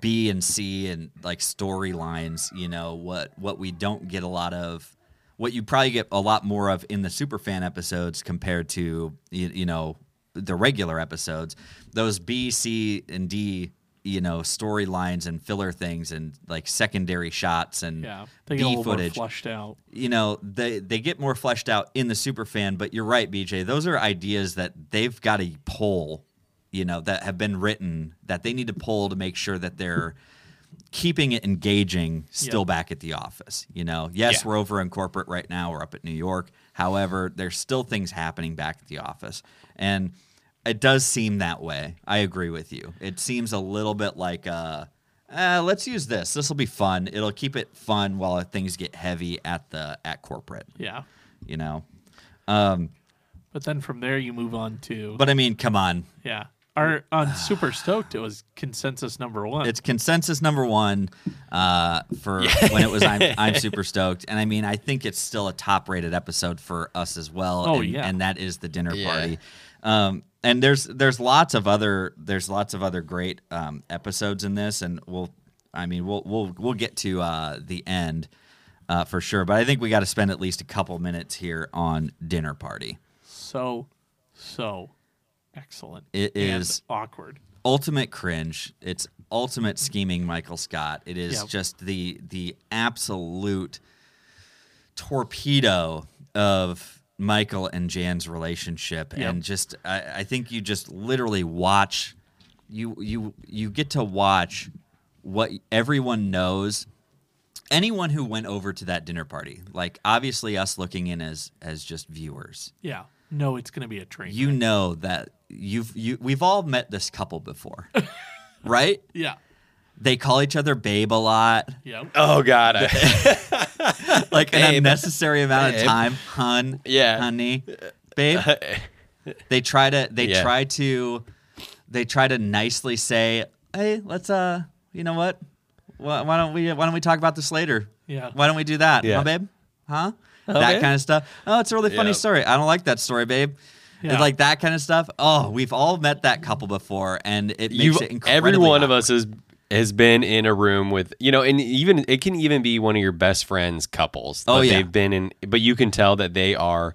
B: B and C and like storylines, you know what what we don't get a lot of, what you probably get a lot more of in the superfan episodes compared to you, you know the regular episodes. Those B, C, and D, you know, storylines and filler things and like secondary shots and
A: Yeah, they get a
B: B
A: little more
B: footage
A: flushed out.
B: you know they they get more fleshed out in the superfan but you're right bj those are ideas that they've got to pull you know that have been written that they need to pull to make sure that they're keeping it engaging still
A: Yeah.
B: back at the office you know yes
C: Yeah.
B: we're over in corporate right now we're up at new york however there's still things happening back at the office and it does seem that way i agree with you it seems a little bit like uh uh, let's use this. This will be fun. It'll keep it fun while things get heavy at the at corporate.
A: Yeah,
B: You know,
A: but then from there you move on to
B: but I mean, come on.
A: yeah. Our on Super Stoked it was consensus number one.
B: It's consensus number one uh, for when it was. I'm, I'm super stoked, and I mean, I think it's still a top rated episode for us as well.
A: Oh,
B: and,
A: yeah.
B: and that is the dinner
C: Yeah.
B: party. Um, and there's there's lots of other there's lots of other great um, episodes in this, and we'll I mean we'll we'll we'll get to uh, the end uh, for sure. But I think we got to spend at least a couple minutes here on dinner party.
A: so so excellent.
B: It
A: and
B: is-
A: awkward.
B: ultimate cringe. It's ultimate scheming, Michael Scott. It is
A: Yep.
B: just the the absolute torpedo of Michael and Jan's relationship,
A: Yep.
B: and just I, I think you just literally watch you you you get to watch what everyone knows anyone who went over to that dinner party like obviously us looking in as as just viewers
A: Yeah, no, it's gonna be a train.
B: you know that you've you we've all met this couple before, right?
A: yeah,
B: They call each other babe a lot,
A: yeah.
C: Oh god. I,
B: like an
C: Babe.
B: unnecessary amount of
C: Babe.
B: time, hun,
C: Yeah.
B: honey, babe. they try to they
C: Yeah.
B: try to they try to nicely say, hey, let's uh, you know what? Why, why don't we why don't we talk about this later?
A: Yeah.
B: Why don't we do that,
C: Yeah.
B: huh, babe? Huh? that
C: babe?
B: kind of stuff. Oh, it's a really funny
C: Yeah.
B: story. I don't like that story, babe.
A: Yeah.
B: Like that kind of stuff. Oh, we've all met that couple before, and it makes
C: you
B: it incredibly.
C: every one of
B: awkward.
C: us has has been in a room with you know and even it can even be one of your best friends couples
B: Oh,
C: that
B: yeah.
C: they've been in but you can tell that they are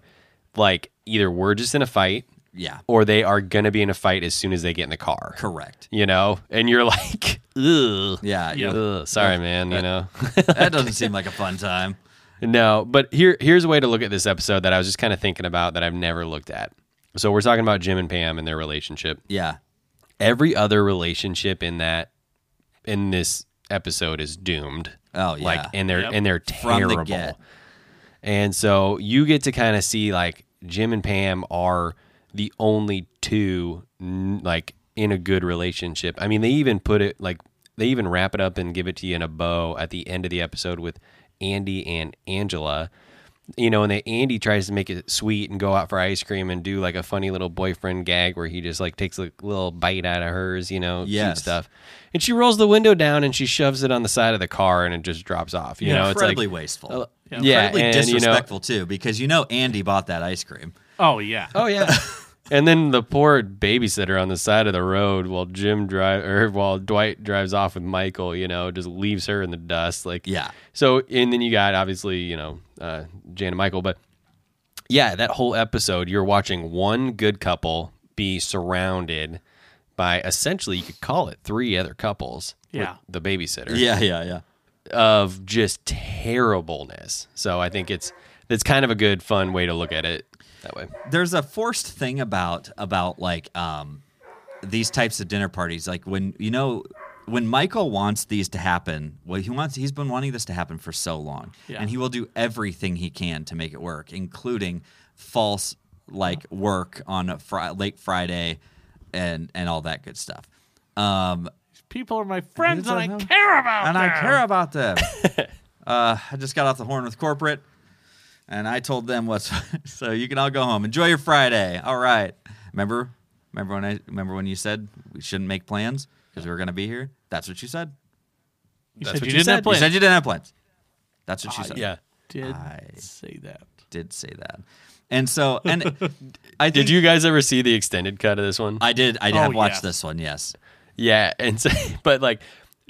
C: like either we're just in a fight
B: Yeah,
C: or they are going to be in a fight as soon as they get in the car
B: correct.
C: you know and you're like ugh
B: Yeah,
A: Yeah.
C: Ugh, sorry man you know
B: that doesn't seem like a fun time.
C: No, but here here's a way to look at this episode that I was just kind of thinking about that I've never looked at. So we're talking about Jim and Pam and their relationship.
B: Yeah,
C: Every other relationship in that in this episode is doomed.
B: Oh, yeah.
C: Like and they're
A: Yep.
C: and they're
B: From the
C: terrible.
B: get.
C: and so you get to kind of see like Jim and Pam are the only two n- like in a good relationship. I mean, they even put it like they even wrap it up and give it to you in a bow at the end of the episode with Andy and Angela. You know, and that Andy tries to make it sweet and go out for ice cream and do like a funny little boyfriend gag where he just like takes a little bite out of hers, you know, cute
B: Yes.
C: stuff. And she rolls the window down and she shoves it on the side of the car and it just drops off. You
A: Yeah.
C: know, it's like
B: incredibly wasteful.
C: yeah,
B: incredibly
C: and, you know-
B: disrespectful too, because you know Andy bought that ice cream.
A: Oh yeah.
C: Oh yeah. and then the poor babysitter on the side of the road while Jim drive or while Dwight drives off with Michael, you know, just leaves her in the dust. Like
B: Yeah.
C: So and then you got obviously, you know, uh Jan and Michael, but yeah, that whole episode, you're watching one good couple be surrounded by essentially you could call it three other couples. with
A: Yeah.
C: The babysitter
B: Yeah, yeah, yeah.
C: of just terribleness. So I think it's that's kind of a good fun way to look at it that way.
B: there's a forced thing about about like um these types of dinner parties like when you know when Michael wants these to happen, well, he wants he's been wanting this to happen for so long,
A: Yeah.
B: and he will do everything he can to make it work, including false like work on a fri- late Friday, and and all that good stuff. Um,
A: People are my friends, and I
B: It's a-
A: care about
B: and
A: them.
B: I care about them. Uh, I just got off the horn with corporate, and I told them what's. so you can all go home. Enjoy your Friday. All right. Remember, remember when I remember when you said we shouldn't make plans because we were gonna be here. That's what you said.
A: You
B: That's
A: said
B: what
A: you, didn't
B: said.
A: have plans.
B: You said you didn't have plans. That's what you
A: Ah,
B: said.
C: Uh, Yeah.
A: did
B: I-
A: say that.
B: Did say that. And so, and I think
C: Did you guys ever see the extended cut of this one?
B: I did. I
A: Oh,
B: have watched
A: yes.
B: this one. Yes.
C: Yeah, and so, but like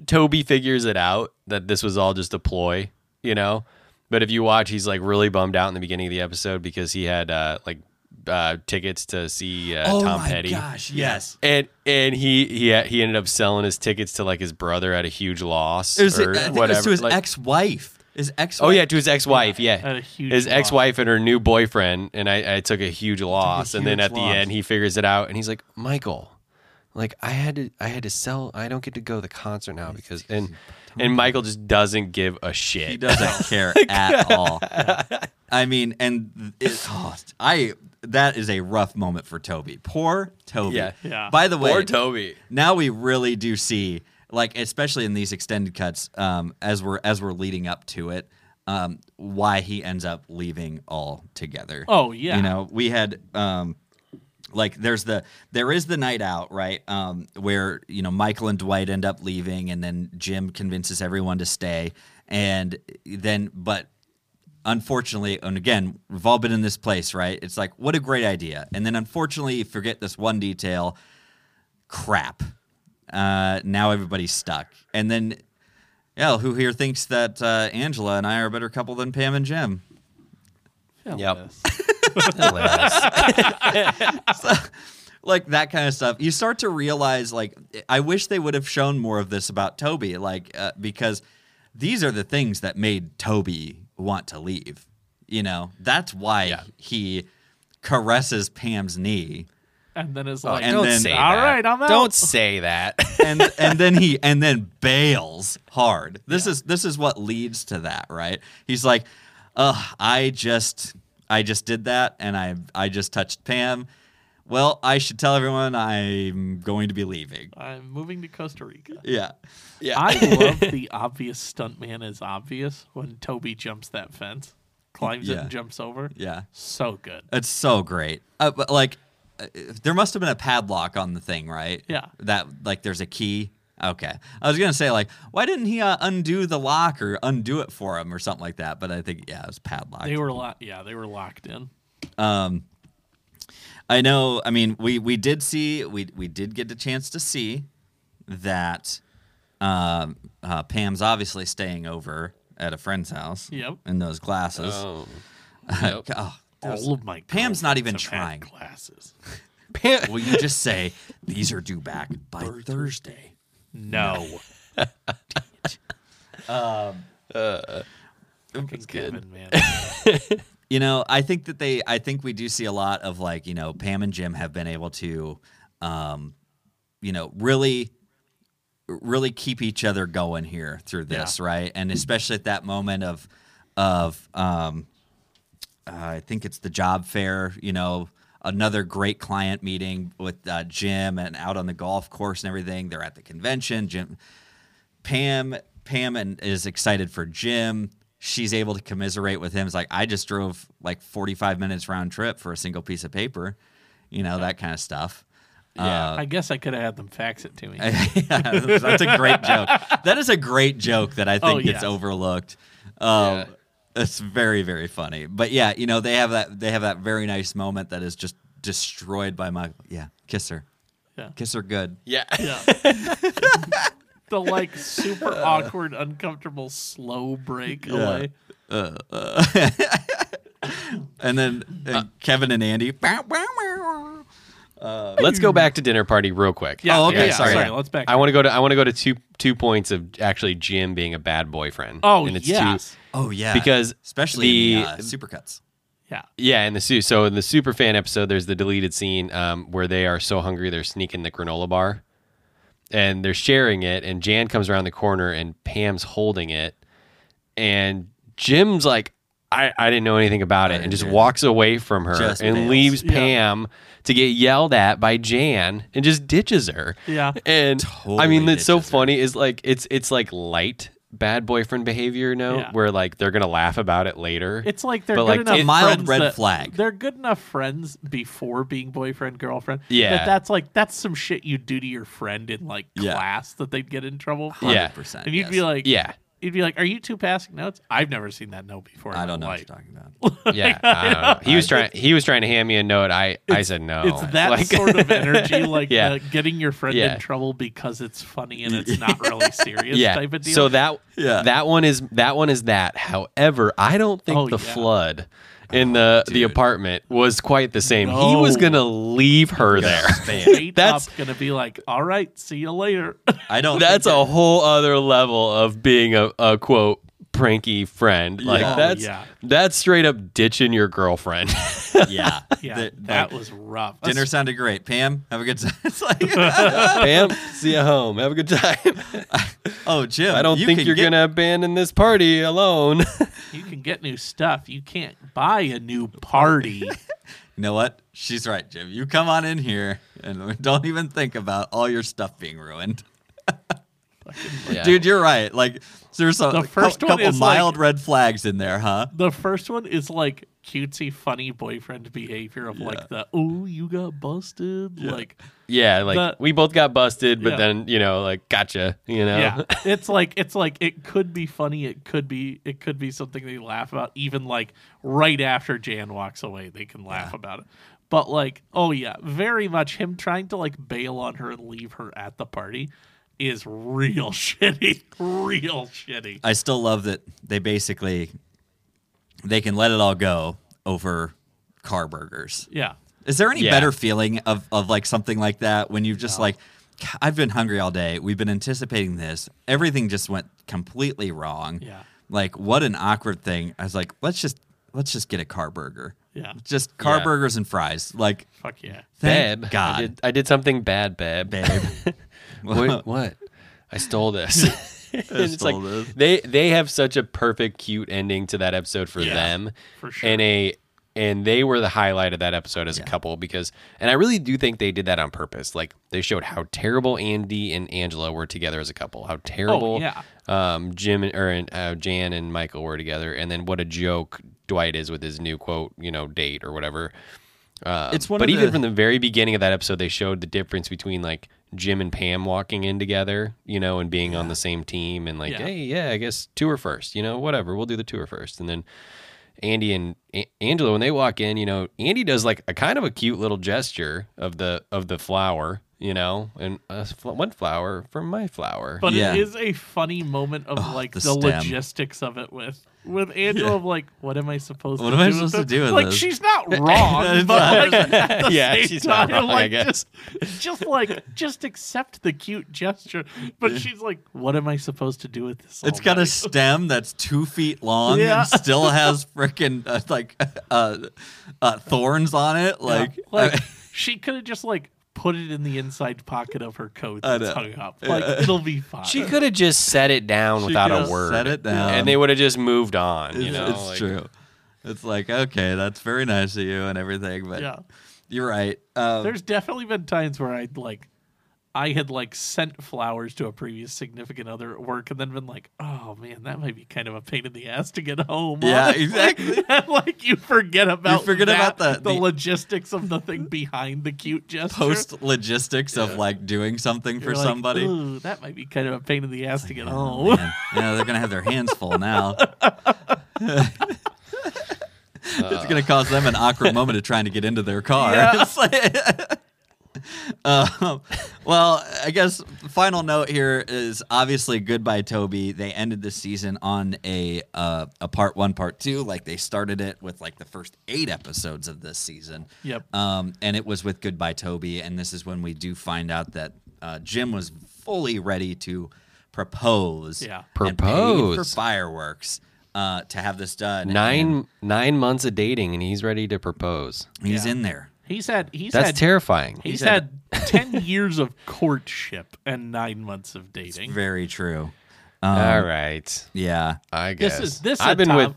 C: Toby figures it out that this was all just a ploy, you know. But if you watch, he's like really bummed out in the beginning of the episode because he had uh, like uh, tickets to see uh, Tom Petty,
B: Oh gosh!
A: yes.
C: and and he he he ended up selling his tickets to like his brother at a huge loss
B: It was,
C: or
B: I think
C: whatever.
B: it was to his
C: like-
B: ex-wife. His ex.
C: Oh yeah, to his ex-wife. Yeah,
A: At a huge
C: his
A: loss.
C: ex-wife and her new boyfriend, and I, I took a huge loss. and then
B: huge
C: at the
B: loss.
C: end, he figures it out, and he's like, "Michael, like I had to, I had to sell. I don't get to go to the concert now because and and Michael just doesn't give a shit.
B: He doesn't care at all. I mean, and it, oh, I that is a rough moment for Toby. Poor Toby.
C: Yeah.
A: Yeah.
B: By the way,
C: Poor Toby.
B: now we really do see, like, especially in these extended cuts, um, as we're as we're leading up to it, um, why he ends up leaving all together.
A: Oh, yeah.
B: You know, we had um, like there's the there is the night out right um, where you know michael and dwight end up leaving and then jim convinces everyone to stay and then but unfortunately and again we've all been in this place right it's like what a great idea and then unfortunately you forget this one detail crap uh, now everybody's stuck and then yeah who here thinks that uh, angela and i are a better couple than pam and jim
C: Yep.
A: Yes.
B: like that kind of stuff you start to realize like i wish they would have shown more of this about toby like uh, because these are the things that made toby want to leave you know that's why
C: Yeah.
B: he caresses pam's knee
A: And then it's like,
B: Oh, and
C: Oh, don't
B: then-
C: say
A: All
C: that.
A: right, I'm out.
C: Don't say that.
B: and and then he and then bails hard this is this is what leads to that right he's like Ugh, i just i just did that and i i just touched pam well i should tell everyone i'm going to be leaving
A: I'm moving to Costa Rica.
B: yeah
C: yeah.
A: I love the obvious stuntman is obvious when Toby jumps that fence, climbs it
B: Yeah.
A: and jumps over.
B: Yeah,
A: So good.
B: it's so great. Uh, but like, uh, there must have been a padlock on the thing, right?
A: Yeah.
B: That like, there's a key. Okay, I was gonna say like, why didn't he uh, undo the lock or undo it for him or something like that? But I think yeah, it was padlocked.
A: They were locked. Yeah, they were locked in.
B: I know. I mean, we we did see we we did get the chance to see that um, uh, Pam's obviously staying over at a friend's house.
A: Yep.
B: In those glasses.
C: oh. Yep.
B: Oh, those-
A: All of my
B: Pam's not even
A: girlfriends have had
B: trying.
A: Glasses.
C: Pam-
B: Will you just say these are due back by Thursday?
A: No. um. Kevin, man.
B: You know, I think that they, I think we do see a lot of like, you know, Pam and Jim have been able to, um, you know, really, really keep each other going here through this, right? And especially at that moment of, of, um, uh, I think it's the job fair, you know, another great client meeting with uh, Jim and out on the golf course and everything. They're at the convention. Jim, Pam Pam and is excited for Jim. She's able to commiserate with him. It's like I just drove like 45 minutes round trip for a single piece of paper, you know, that kind of stuff. Uh,
C: Yeah.
A: I guess I could have had them fax it to me.
B: that's a great joke. That is a great joke that I think
A: Oh,
B: gets
A: yeah.
B: overlooked. Um, It's very very funny. But yeah, you know they have that they have that very nice moment that is just destroyed by my yeah kiss her,
A: Yeah.
B: kiss her good.
C: yeah.
A: Yeah. the like super
B: Uh.
A: awkward, uncomfortable, slow break away.
B: And then and
A: Uh,
B: Kevin and Andy. bow, bow, bow.
C: Let's go back to dinner party real quick.
A: Yeah.
B: Oh, okay,
A: yeah,
B: sorry.
A: Sorry. Let's back.
C: I want to go to I want to go to two two points of actually Jim being a bad boyfriend.
A: oh
C: and it's
A: yes.
C: two,
B: Oh yeah,
C: Because
B: especially in
C: the-
B: the, uh, supercuts.
A: Yeah.
C: yeah, in the su- so in the super fan episode, there's the deleted scene um, where they are so hungry they're sneaking the granola bar, and they're sharing it. And Jan comes around the corner and Pam's holding it, and Jim's like, I, I didn't know anything about it, and just
B: yeah.
C: walks away from her
B: Just
C: and
B: bails.
C: leaves
A: Yeah.
C: Pam to get yelled at by Jan and just ditches her.
A: Yeah.
C: And I
B: Totally
C: mean, that's so
B: ditches her.
C: funny. Is like it's it's like light bad boyfriend behavior now,
A: Yeah.
C: where like they're gonna laugh about it later.
A: It's like they're
C: But,
A: good
C: like,
A: enough
C: it-
B: Mild
A: friends
B: red
A: that-
B: flag.
A: They're good enough friends before being boyfriend girlfriend.
C: Yeah.
A: that that's like that's some shit you do to your friend in like
B: Yeah.
A: class that they'd get in trouble for.
C: Yeah.
B: 100%,
A: and you'd be
B: yes.
A: like,
C: yeah,
A: you'd be like, are you two passing notes? I've never seen that note before. in
B: I
A: my
B: don't know what
A: life.
B: you're talking about.
C: yeah. I don't know. He was trying. He was trying to hand me a note. I I said no.
A: It's that
C: Like-
A: sort of energy, like
C: Yeah.
A: the getting your friend
C: Yeah.
A: in trouble because it's funny and it's not really serious
C: yeah.
A: type of deal.
C: So that
B: Yeah.
C: that one is that one is that. However, I don't think
A: Oh,
C: the
A: yeah.
C: flood in the the
B: dude.
C: apartment was quite the same. He was
A: No.
C: gonna leave her there.
A: Straight
C: that's-
A: up gonna be like, all right, see you later.
B: I don't.
C: That's
B: think
C: a whole other level of being a, a quote pranky friend. Like
B: Yeah. Oh,
C: that's
A: yeah.
C: that's straight up ditching your girlfriend.
B: that- Yeah,
A: yeah,
B: The-
A: that
B: like,
A: was rough. That's-
B: dinner sounded great. Pam, have a good time. It's like,
C: Bam, see you home. Have a good time.
B: oh Jim,
C: I don't
B: you
C: think
B: can
C: you're
B: get-
C: gonna abandon this party alone.
A: You can get new stuff. You can't buy a new party.
B: You know what? She's right, Jim. You come on in here and don't even think about all your stuff being ruined.
C: Yeah.
B: Dude, you're right. Like there's a
A: The
B: cou-
A: first one
B: couple
A: is like-
B: mild red flags in there, huh?
A: the first one is like cutesy, funny boyfriend behavior of like the "oh, you got busted," like
C: Yeah, like
A: The-
C: we both got busted, but
A: Yeah.
C: then you know, like gotcha, you know.
A: yeah. it's like it's like it could be funny. It could be it could be something they laugh about. Even like right after Jan walks away, they can laugh about it. But like, oh yeah, very much him trying to like bail on her and leave her at the party is real shitty, real shitty.
B: I still love that they basically they can let it all go over car burgers.
A: Yeah.
B: Is there any
C: Yeah.
B: better feeling of, of like something like that when you just like, "God, I've been hungry all day. We've been anticipating this. Everything just went completely wrong.
A: Yeah.
B: Like what an awkward thing. I was like, let's just let's just get a car burger.
A: Yeah.
B: Just car
C: Yeah.
B: burgers and fries. Like
A: Fuck yeah.
B: thank
C: Babe,
B: God,
C: I did, I did something bad, babe.
B: babe.
C: What? what? I stole this. And it's
B: stole
C: like
B: this.
C: they they have such a perfect cute ending to that episode for
A: Yeah,
C: them.
A: for sure.
C: And a and they were the highlight of that episode as a couple because and I really do think they did that on purpose. Like they showed how terrible Andy and Angela were together as a couple. How terrible
A: yeah.
C: um Jim and, or uh, Jan and Michael were together and then what a joke Dwight is with his new quote, you know, date or whatever. Um,
B: It's one
C: but
B: of
C: even
B: the-
C: from the very beginning of that episode, they showed the difference between like Jim and Pam walking in together, you know, and being on the same team, and like,
A: Yeah.
C: hey, yeah, I guess tour first, you know, whatever, we'll do the tour first, and then Andy and A- Angela when they walk in, you know, Andy does like a kind of a cute little gesture of the of the flower, you know, and a fl- one flower from my flower,
A: But
B: Yeah.
A: it is a funny moment of like
B: the
A: the,
B: stem.
A: logistics of it with with Angela of like, what am I supposed
B: What
A: to
B: am I
A: do
B: supposed to
A: with this?
B: do with
A: Like
B: this?
A: she's not wrong, but like, at the
C: Yeah,
A: same
C: she's not
A: time,
C: wrong, I
A: like
C: guess.
A: just just like just accept the cute gesture. But she's like, what am I supposed to do with this?
B: It's
A: all
B: got a
A: night?
B: stem that's two feet long
A: Yeah.
B: and still has freaking uh, like uh, uh, thorns on it.
A: Yeah.
B: Like,
A: like she could have just like put it in the inside pocket of her coat
B: I
A: that's
B: know.
A: hung up. Like it'll be fine.
C: she could have just set it down without
B: could
C: a
B: have
C: word,
B: set it down.
C: and they would have just moved on, you
B: It's,
C: know,
B: it's
C: like-
B: true. It's like okay, that's very nice of you and everything, but
A: Yeah.
B: you're right. Um,
A: There's definitely been times where I'd like, I had like sent flowers to a previous significant other at work, and then been like, "Oh man, that might be kind of a pain in the ass to get home." on."
B: Yeah, exactly.
A: And, like you forget about
B: forget
A: that,
B: about the-
A: the
B: the-
A: logistics of the thing behind the cute gesture.
B: post logistics of like doing something
A: You're
B: for
A: like,
B: somebody. Oh,
A: Ooh, that might be kind of a pain in the ass to get home.
B: Man, yeah, they're gonna have their hands full now. it's gonna cause them an awkward moment of trying to get into their car.
A: Uh. Yeah.
B: It's like- um, well, I guess final note here is obviously goodbye Toby. They ended this season on a uh, a part one, part two, like they started it with like the first eight episodes of this season.
A: Yep.
B: Um, and it was with goodbye Toby, and this is when we do find out that uh, Jim was fully ready to propose.
A: Yeah.
B: and paid for
C: Propose.
B: fireworks uh, to have this done.
C: Nine nine months of dating and he's ready to propose.
B: And he's
A: Yeah.
B: in there.
A: He's had he's
C: That's
A: had
C: terrifying.
A: he's
B: He's had-
A: had ten years of courtship and nine months of dating.
B: Very true.
C: All right.
B: Yeah.
C: I guess
A: um, This is this.
C: I've been with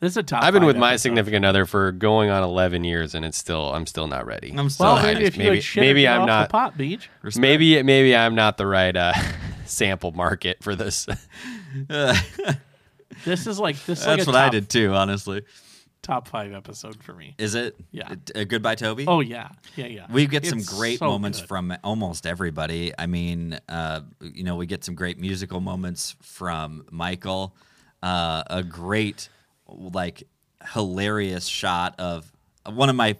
A: this is a top.
C: I've been
A: five
C: with my
A: episode.
C: significant other for going on 11 years and it's still I'm still not ready.
B: I'm still
A: Well,
B: not
A: maybe
C: just-
A: if you
C: maybe-
A: had shit
C: maybe
A: get
C: I'm
A: off
C: not-
A: the pot beach.
B: respect-
C: maybe maybe I'm not the right uh sample market for this.
A: This is like this. Is
B: That's
A: like a
B: what I
A: top-
B: did too, honestly.
A: Top five episode for me.
B: Is it?
A: Yeah.
B: A, a goodbye, Toby.
A: Oh yeah, yeah, yeah.
B: We get some
A: It's
B: great
A: so
B: moments
A: good.
B: from almost everybody. I mean, uh, you know, we get some great musical moments from Michael. Uh, a great, like, hilarious shot of uh, one of my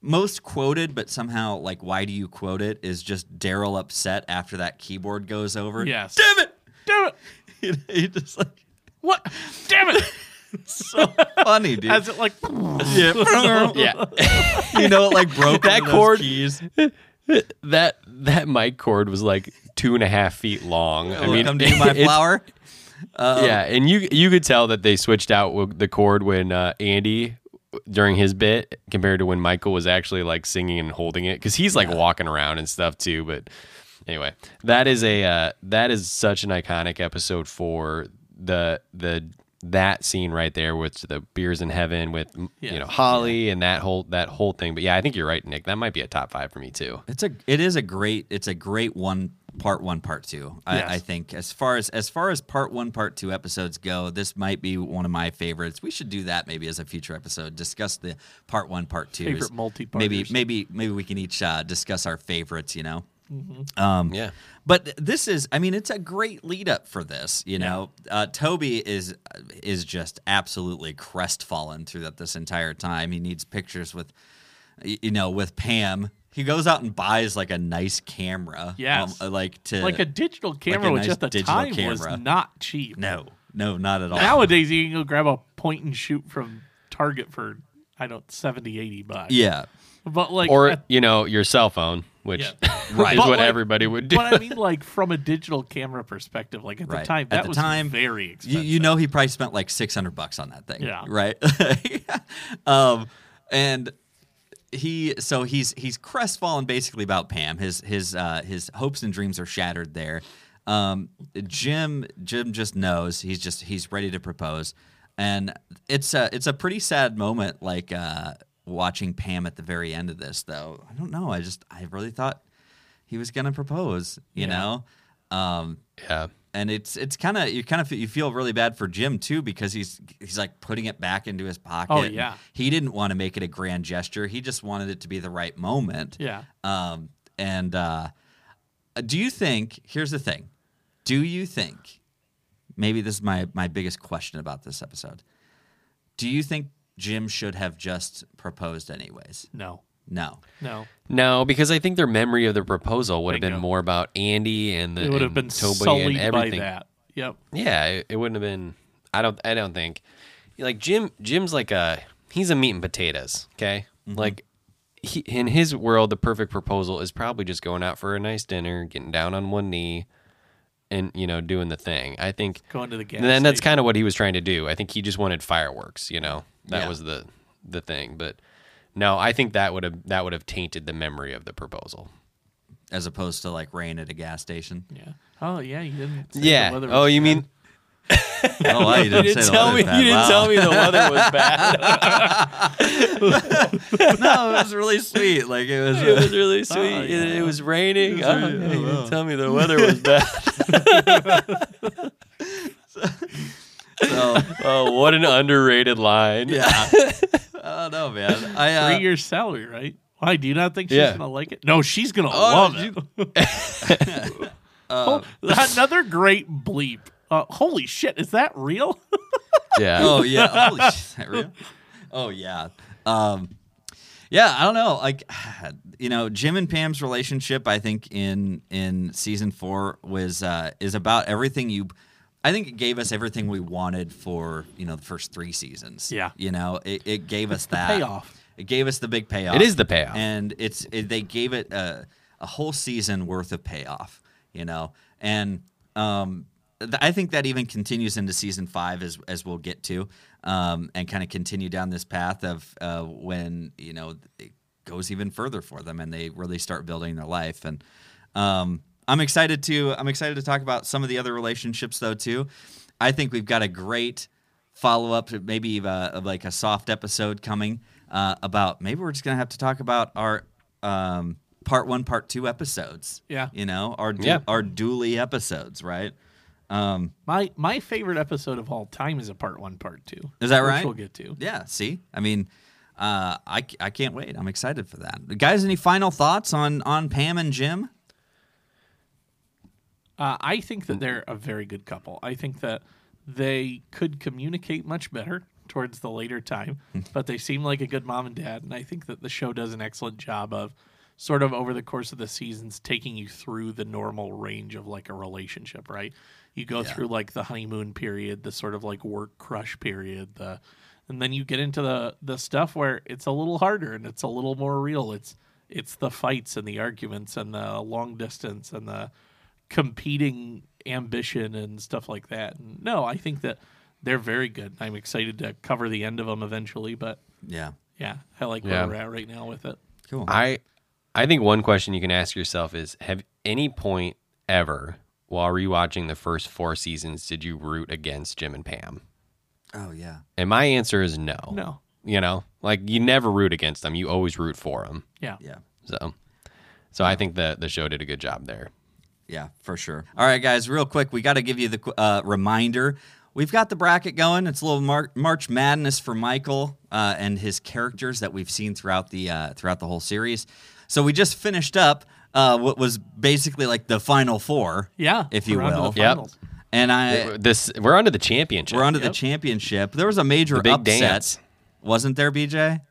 B: most quoted, but somehow, like, why do you quote it? Is just Daryl upset after that keyboard goes over.
A: Yes.
B: Damn
A: Damn it!
B: it! he just like
A: What? Damn it!
B: so funny, dude.
A: As it like.
B: yeah.
C: yeah.
B: you know, it like broke one
C: That
B: of those
C: chord-
B: keys.
C: that that mic cord was like two and a half feet long. I
B: Will
C: mean,
B: come to you, my
C: it's-
B: flower.
C: yeah, and you you could tell that they switched out with the chord when uh, Andy during his bit compared to when Michael was actually like singing and holding it because he's like walking around and stuff too. But anyway, that is a uh, that is such an iconic episode for the the that scene right there with the beers in heaven with m you know
A: Yes.
C: Holly and that whole that whole thing. But yeah, I think you're right, Nick. That might be a top five for me too.
B: It's a it is a great it's a great one part one part two. I,
A: Yes.
B: I think as far as as far as part one part two episodes go, this might be one of my favorites. We should do that maybe as a future episode. Discuss the part one part two
A: Favorite multi-parters.
B: Maybe maybe maybe we can each uh, discuss our favorites. You know.
C: Yeah.
B: But th- this is, I mean, it's a great lead up for this. You know, uh, Toby is is just absolutely crestfallen throughout this entire time. He needs pictures with, y- you know, with Pam. He goes out and buys like a nice camera.
A: Yes.
B: um, like to
A: Like a digital camera,
B: nice
A: which at the
B: digital
A: time
B: camera.
A: was not cheap.
B: no, no, not at all.
A: Nowadays, you can go grab a point and shoot from Target for I don't 70, 80 bucks.
B: yeah,
A: but like
C: Or
A: at
C: you know your cell phone, which
A: Yeah.
B: Right.
C: is
B: But
C: what
A: like-
C: everybody would do.
A: But I mean, like from a digital camera perspective, like at
B: Right.
A: the time,
B: At
A: that
B: the
A: was
B: time,
A: very
B: you,
A: expensive.
B: you know he probably spent like 600 bucks on that thing
A: Yeah.
B: right um and he so he's he's crestfallen basically about pam his his uh his hopes and dreams are shattered there um jim jim just knows he's just he's ready to propose and it's a it's a pretty sad moment like uh watching pam at the very end of this though i don't know i just i really thought he was gonna propose you know um
C: yeah.
B: and it's it's kind of you kind of you feel really bad for Jim too because he's he's like putting it back into his pocket.
A: Oh, yeah.
B: he didn't want to make it a grand gesture. He just wanted it to be the right moment.
A: yeah.
B: Um, and uh, do you think? Here's the thing. Do you think? Maybe this is my my biggest question about this episode. Do you think Jim should have just proposed anyways?
A: No.
B: No.
A: No.
C: No, because I think their memory of the proposal would have been
A: Bingo.
C: more about Andy and the
A: It would have
C: and
A: been
C: Toby
A: sullied
C: and
A: by
C: everything.
A: that. Yep.
C: Yeah, it, it wouldn't have been. I don't. I don't think. Like Jim. Jim's like a. He's a meat and potatoes. Okay.
A: Mm-hmm.
C: Like. He, in his world, the perfect proposal is probably just going out for a nice dinner, getting down on one knee, and you know doing the thing. I think
A: Going to the gas.
C: and then that's
A: station.
C: kind of what he was trying to do. I think he just wanted fireworks. You know, that
B: Yeah.
C: was the the thing. But no, I think that would have that would have tainted the memory of the proposal.
B: As opposed to like rain at a gas station.
A: Yeah. Oh yeah, you didn't. say the
C: yeah.
A: weather
C: Oh,
A: was
C: you
A: bad.
C: mean
B: Oh, wow, you didn't,
C: you
B: say
C: didn't
B: the
C: tell
B: weather
C: me
B: bad.
C: you didn't
B: Wow.
C: tell me the weather was bad.
B: no, it was really sweet. Like it was.
C: it was really sweet.
A: Oh,
C: It, it
A: yeah.
C: was raining. Oh, yeah, you didn't tell me the weather was bad.
B: so,
C: oh, what an underrated line.
B: yeah. I don't know, man. I uh,
A: three years salary, right? Why do you not think she's
C: Yeah.
A: gonna like it? No, she's gonna
C: Oh,
A: love it. Oh, another great bleep. Uh, holy shit, is that real?
C: Yeah.
B: oh yeah. Holy shit, is that real? Oh yeah. Um, yeah, I don't know. Like, you know, Jim and Pam's relationship, I think in in season four was uh, is about everything you. I think it gave us everything we wanted for you know the first three seasons.
A: Yeah.
B: you know, it, it gave us
A: the
B: that
A: payoff.
B: It gave us the big payoff.
C: It is the payoff.
B: and it's it, they gave it a, a whole season worth of payoff you know and um th- I think that even continues into season five, as as we'll get to, um, and kind of continue down this path of uh, when you know it goes even further for them, and they really start building their life. And um, I'm excited to I'm excited to talk about some of the other relationships though too. I think we've got a great follow up, maybe uh, of like a soft episode coming uh, about. Maybe we're just gonna have to talk about our um, part one, part two episodes.
A: Yeah.
B: You know, our du-
C: Yeah.
B: our dually episodes, right?
A: My my favorite episode of all time is a part one, part two.
B: Is that
A: which
B: right?
A: We'll get to.
B: Yeah. See, I mean, uh, I c- I can't wait. I'm excited for that. Guys, any final thoughts on on Pam and Jim?
A: Uh, I think that they're a very good couple. I think that they could communicate much better towards the later time, but they seem like a good mom and dad. And I think that the show does an excellent job of sort of over the course of the seasons taking you through the normal range of like a relationship, right? You go through like the honeymoon period, the sort of like work crush period, the and then you get into the the stuff where it's a little harder and it's a little more real. It's it's the fights and the arguments and the long distance and the competing ambition and stuff like that. And no, I think that they're very good. I'm excited to cover the end of them eventually, but
B: Yeah.
A: yeah, I like
C: Yeah.
A: where we're at right now with it.
B: Cool.
C: I I think one question you can ask yourself is have any point ever while rewatching the first four seasons did you root against Jim and Pam?
B: oh yeah.
C: And my answer is no.
A: No,
C: You know, like you never root against them, you always root for them.
A: yeah,
B: Yeah.
C: So so I think the the show did a good job there.
B: Yeah, for sure. All right, guys, real quick, we got to give you the qu- uh, reminder. We've got the bracket going. It's a little Mar- March Madness for Michael uh, and his characters that we've seen throughout the uh, throughout the whole series. So we just finished up uh, what was basically like the final four,
A: yeah.
B: if you
A: we're on to
B: will.
A: the
C: Yep.
A: finals.
B: And I
C: This we're on to the championship.
B: we're onto the championship. There was a major
C: big
B: upset,
C: dance.
B: wasn't there, BJ?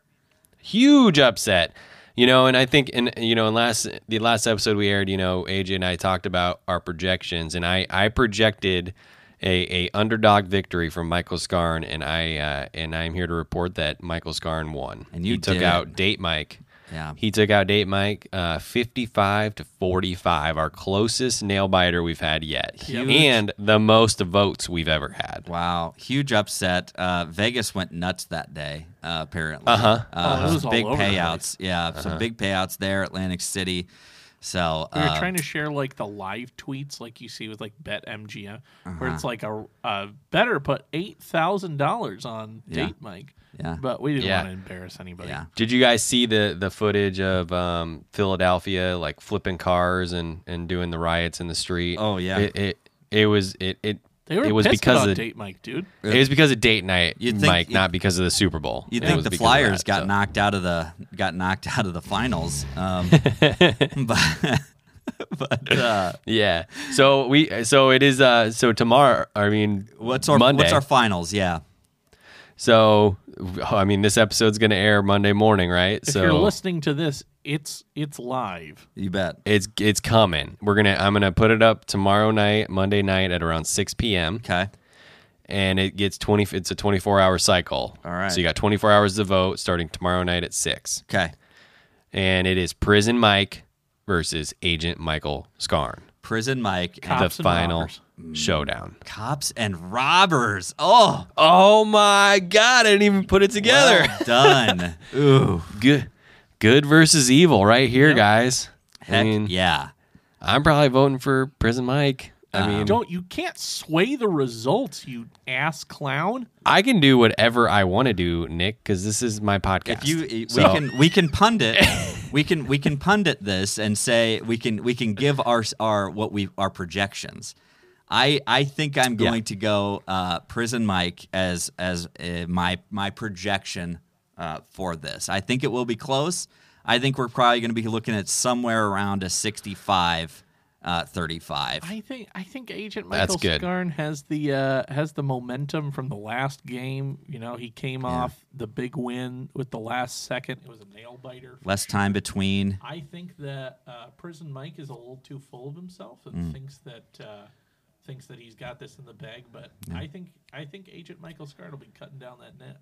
C: huge upset. You know, and I think in you know, in last the last episode we aired, you know, AJ and I talked about our projections, and I I projected a, a underdog victory from Michael Scarn, and I uh, and I'm here to report that Michael Scarn won.
B: And you
C: he took
B: did.
C: out Date Mike.
B: Yeah.
C: He took out Date Mike, uh, fifty-five to forty-five, our closest nail biter we've had yet,
B: Huge.
C: and the most votes we've ever had.
B: Wow, huge upset. Uh, Vegas went nuts that day, uh, apparently. Uh,
C: Uh-huh.
A: Oh, it was all
B: Big
A: over the place.
B: payouts. Yeah, some big payouts there, Atlantic City. So,
A: We were
B: uh,
A: trying to share like the live tweets, like you see with like Bet MGM, where
C: Uh-huh.
A: it's like a, a better put eight thousand dollars on
B: Yeah.
A: date Mike,
B: Yeah.
A: but we didn't
C: Yeah.
A: want to embarrass anybody.
B: yeah.
C: Did you guys see the the footage of um, Philadelphia like flipping cars and and doing the riots in the street?
B: Oh, yeah.
C: It it, it was it it
A: They were
C: it was
A: pissed
C: because
A: about
C: of
A: date Mike, dude.
C: it was because of date night,
B: You'd think-
C: Mike,
B: you'd-
C: not because of the Super Bowl.
B: You'd
C: It
B: think
C: was
B: the
C: because of
B: Flyers
C: that,
B: got
C: so.
B: knocked out of the got knocked out of the finals, um, but but uh,
C: Yeah. So we so it is uh so tomorrow. I mean,
B: what's our
C: Monday?
B: what's our finals? Yeah,
C: so I mean this episode's gonna air Monday morning, right?
A: If
C: so
A: you're listening to this, it's it's live.
B: you bet.
C: it's it's coming. We're gonna I'm gonna put it up tomorrow night, Monday night at around six p.m.
B: Okay,
C: and it gets 20 it's a 24 hour cycle
B: All right.
C: so you got 24 hours to vote starting tomorrow night at 6
B: okay.
C: and it is prison mike versus agent michael scarn
B: Prison Mike, and
A: Cops
C: the
A: and
C: final
A: robbers.
B: Mm.
C: showdown
B: cops and robbers. Oh,
C: oh my god i didn't even put it together
B: well done. Ooh,
C: good good versus evil right here guys i
B: heck
C: mean
B: yeah.
C: i'm probably voting for prison mike
B: Uh-huh.
C: i mean
A: Don't you can't sway the results, you ass clown.
C: i can do whatever i want to do nick because this is my podcast
B: If you, we
C: So-
B: can, we can pundit, we can, we can pundit this and say we can, we can give our our what we our projections. I I think I'm going to go uh, prison Mike as as uh, my my projection uh, for this. I think it will be close. I think we're probably going to be looking at somewhere around a 65, uh, 35.
A: I think I think Agent
C: That's
A: Michael
C: good.
A: Scarn has the uh, has the momentum from the last game. You know, he came off the big win with the last second. It was a nail biter.
B: Less time between.
A: I think that uh, Prison Mike is a little too full of himself and thinks that uh, thinks that he's got this in the bag. But I think I think Agent Michael Scarn will be cutting down that net.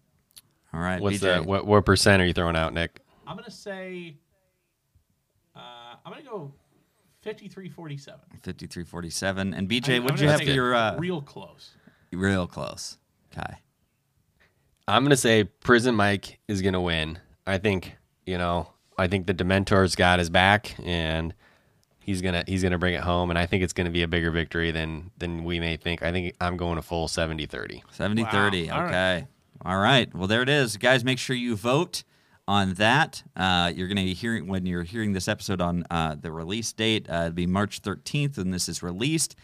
B: All right,
C: what's
B: BJ.
C: that what, what percent are you throwing out nick
A: I'm gonna say uh, I'm gonna go fifty three forty seven.
B: 5347. And BJ,
A: I'm
B: what'd
A: gonna
B: you have
A: say
B: for your uh, real,
A: real close?
B: close? Okay.
C: I'm gonna say Prison Mike is gonna win. I think you know. I think the Dementor's got his back, and he's gonna he's gonna bring it home. And I think it's gonna be a bigger victory than than we may think. I think I'm going a full 70-30.
B: 70
A: Wow.
B: 30.
A: All right.
B: Okay. All right. Well, there it is. Guys, make sure you vote on that. Uh, you're going to be hearing when you're hearing this episode on uh, the release date. Uh, it'll be March 13th, and this is released.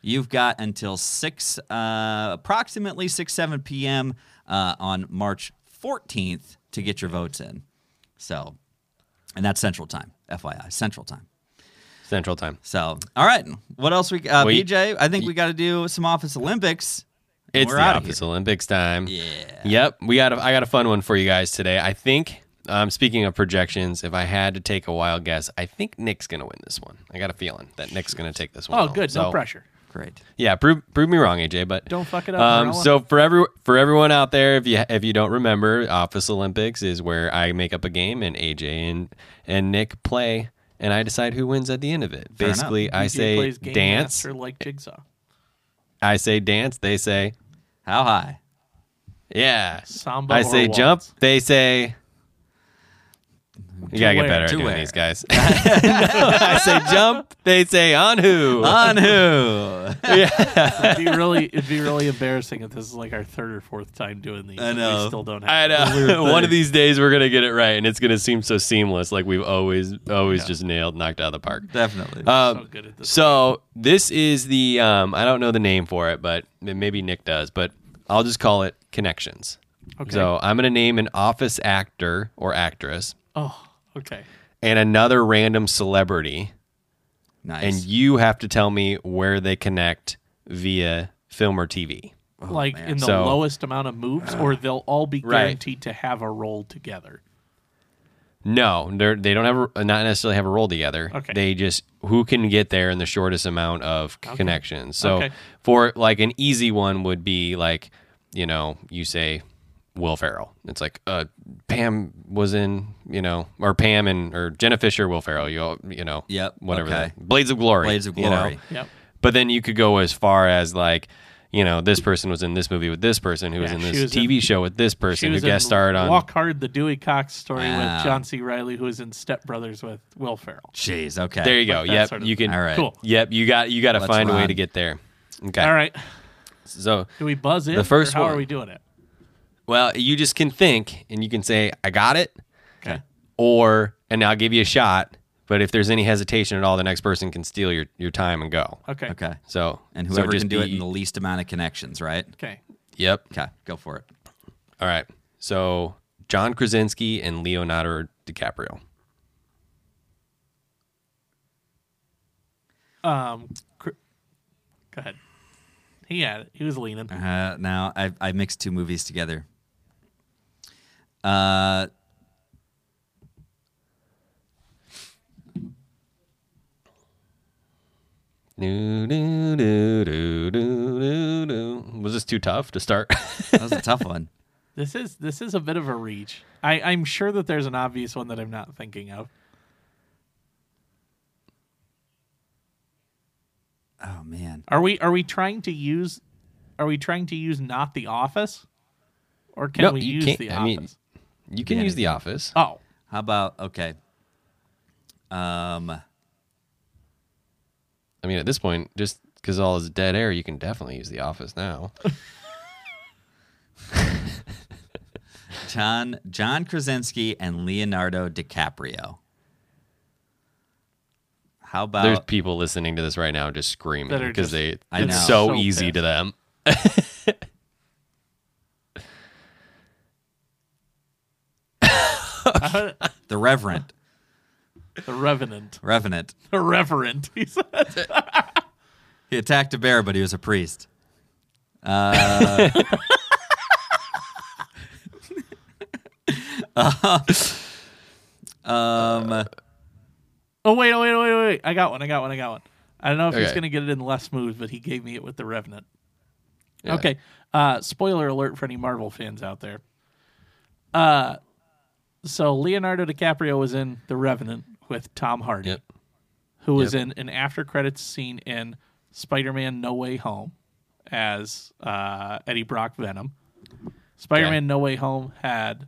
B: You've got until six, uh, approximately six seven p.m. Uh, on March 14th to get your votes in. So, and that's Central Time, FYI, Central Time.
C: Central Time.
B: So, all right, what else we? Uh,
C: Wait.
B: BJ, I think we got to do some Office Olympics. and
C: It's
B: we're
C: the
B: outta
C: Office Olympics time.
B: here. Yeah.
C: Yep, we got. A, I got a fun one for you guys today. I think. Um, speaking of projections, if I had to take a wild guess, I think Nick's gonna win this one. I got a feeling that Nick's gonna take this one.
A: Oh,
C: home.
A: good.
C: So-
A: No pressure.
B: Great.
C: Yeah, prove prove me wrong, AJ. But
A: Don't fuck it up,
C: Um,
A: Marilla.
C: so for every for everyone out there, if you if you don't remember, Office Olympics is where I make up a game and AJ and and Nick play, and I decide who wins at the end of it.
B: Fair enough.
C: Basically, I
A: DJ
C: say
A: plays Game
C: dance.
A: Master like Jigsaw.
C: I say dance. They say
B: How high?
C: yeah.
A: Samba
C: I
A: or
C: say
A: waltz.
C: jump. They say. You gotta
A: where?
C: get better at
B: To
C: doing
B: where?
C: these guys. I say jump. They say on who.
B: On who?
A: It'd be really, it'd be really embarrassing if this is like our third or fourth time doing these.
B: I
A: and
B: know.
A: We still don't have.
C: I
B: Weird
C: know. One
B: thing.
C: of these days we're gonna get it right, and it's gonna seem so seamless, like we've always, always just nailed, knocked out of the park.
B: Definitely.
C: Um,
A: so good at this.
C: so this is the um, I don't know the name for it, but m- maybe Nick does. But I'll just call it connections.
A: Okay.
C: So I'm gonna name an office actor or actress
A: oh, okay.
C: and another random celebrity,
B: nice.
C: and you have to tell me where they connect via film or TV.
A: like
B: man.
A: in the
C: Oh, So-
A: lowest amount of moves, or they'll all be
C: Right.
A: guaranteed to have a role together.
C: No, they're they don't have a, not necessarily have a role together.
A: Okay.
C: They just who can get there in the shortest amount of connections. So
A: Okay.
C: for like an easy one would be like you know you say Will Ferrell. It's like uh Pam was in you know or Pam and or Jenna Fisher Will Ferrell. You all, you know
B: Yep,
C: whatever
B: okay.
C: the- Blades of Glory.
B: Blades of
C: you know?
B: Glory.
A: Yep.
C: But then you could go as far as like. You know, this person was in this movie with this person, who was
A: Yeah,
C: in
A: she
C: this
A: was
C: TV show with this
A: She
C: person, who
A: was
C: guest
A: in
C: starred on
A: Walk Hard, the Dewey Cox story
B: Wow.
A: with John C. Riley, who was in Step Brothers with Will Ferrell.
B: Jeez. Okay.
C: There you go.
A: Like that
C: yep,
A: sort of
C: you can.
B: All right.
A: Cool.
C: Yep, you got you got to
B: Let's
C: find a way
B: run.
C: to get there. Okay.
A: All right.
C: So,
A: Do we buzz in?
C: The first
A: or how
C: one.
A: are we doing it?
C: well, you just can think and you can say I got it
A: Okay.
C: or and I'll give you a shot, but if there's any hesitation at all, the next person can steal your your time and go.
A: Okay. Okay.
B: Okay.
C: So,
B: And
C: so
B: whoever
C: just
B: can do it
C: be-
B: in the least amount of connections, right?
C: Yep.
B: Okay. Go for it.
C: All right. So, John Krasinski and Leonardo DiCaprio.
A: Um, cr- go ahead. He had it. He was leaning.
B: Uh, now I I mixed two movies together. Uh.
C: Do, do, do, do, do, do. Was this too tough to start?
B: That was a tough one.
A: This is this is a bit of a reach. I, I'm sure that there's an obvious one that I'm not thinking of.
B: Oh man.
A: Are we are we trying to use are we trying to use not the office? Or can
C: No,
A: we
C: you
A: use
C: can't-
A: the
C: I
A: office?
C: mean- you can use The Office.
A: oh.
B: How about okay? Um.
C: I mean, at this point, just because all is dead air, you can definitely use the office now.
B: John John Krasinski and Leonardo DiCaprio. How about
C: There's people listening to this right now just
A: That
C: screaming
A: are
C: because
A: just-
C: they
B: I
C: it's
B: know.
C: so,
A: So
C: easy
A: pissed.
C: to them.
B: the Reverend?
A: Oh, the Revenant.
B: Revenant.
A: The Reverend. He said.
B: He attacked a bear, but he was a priest.
A: Oh wait, oh wait, oh wait, oh, wait. I got one, I got one, I got one. I don't know if he's
C: Okay.
A: gonna get it in less moves, but he gave me it with the Revenant.
C: Yeah.
A: Okay. Uh spoiler alert for any Marvel fans out there. Uh so Leonardo DiCaprio was in The Revenant with Tom Hardy.
C: Yep.
A: who was in an after credits scene in Spider-Man: No Way Home as uh, Eddie Brock Venom. Spider-Man: No Way Home had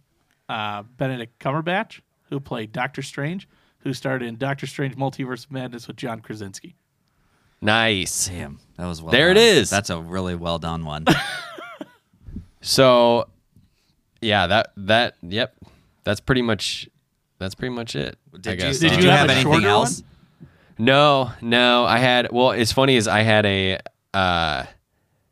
A: uh, Benedict Cumberbatch, who played Doctor Strange, who starred in Doctor Strange: Multiverse of Madness with John Krasinski.
C: Nice.
B: Damn, that was well.
C: There it
B: done.
C: is.
B: That's a really well done one.
C: So, yeah, that that yep, that's pretty much that's pretty much it. I
B: Did you,
C: guess.
B: did
C: Uh,
A: Did you
B: you have,
A: have a
B: anything
A: shorter
B: else?
A: one?
C: No, no. I had well. It's funny is I had a uh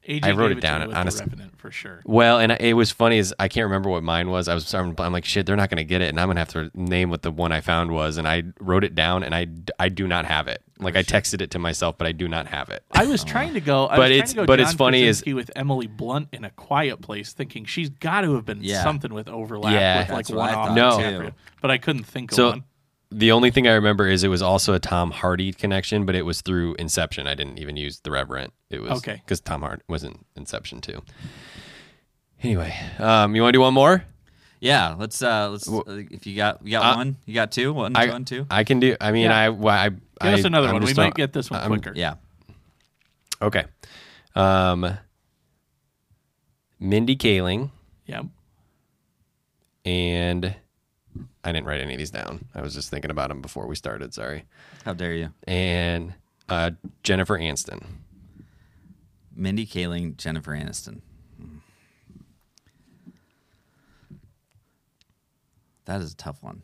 A: AJ
C: I wrote
A: gave
C: it
A: to
C: down,
A: me with the
C: honestly.
A: Revenant for sure.
C: well, and I- it was funny is I can't remember what mine was. I was I'm, I'm like shit. They're not gonna get it, and I'm gonna have to name what the one I found was. And I wrote it down, and I d- I do not have it. Like I texted it to myself, but I do not have it.
A: I was trying to go, I was
C: But
A: trying
C: it's-
A: to go
C: but
A: John
C: it's funny is-
A: Krasinski with Emily Blunt in a quiet place, thinking she's got to have been
B: Yeah.
A: something with overlap
C: Yeah.
A: with like
B: That's what
A: one
B: I
A: off.
B: thought,
C: No.
B: too.
A: but I couldn't think of
C: So
A: one.
C: the only thing I remember is it was also a Tom Hardy connection, but it was through Inception. I didn't even use the Reverend. It was
A: Okay.
C: because Tom Hardy was in Inception too. Anyway, um, you want to do one more?
B: Yeah, let's uh let's uh, if you got you got one, you got two, one,
C: I-
B: two, and two.
C: I can do. I mean,
A: Yeah.
C: I. well, I Give
A: Give us another one. We might
C: get.
A: get this one
C: I'm-
A: quicker.
B: Yeah.
C: Okay. Um, Mindy Kaling
A: Yeah.
C: and I didn't write any of these down. I was just thinking about them before we started. Sorry.
B: How dare you?
C: And uh, Jennifer Aniston.
B: Mindy Kaling, Jennifer Aniston. That is a tough one.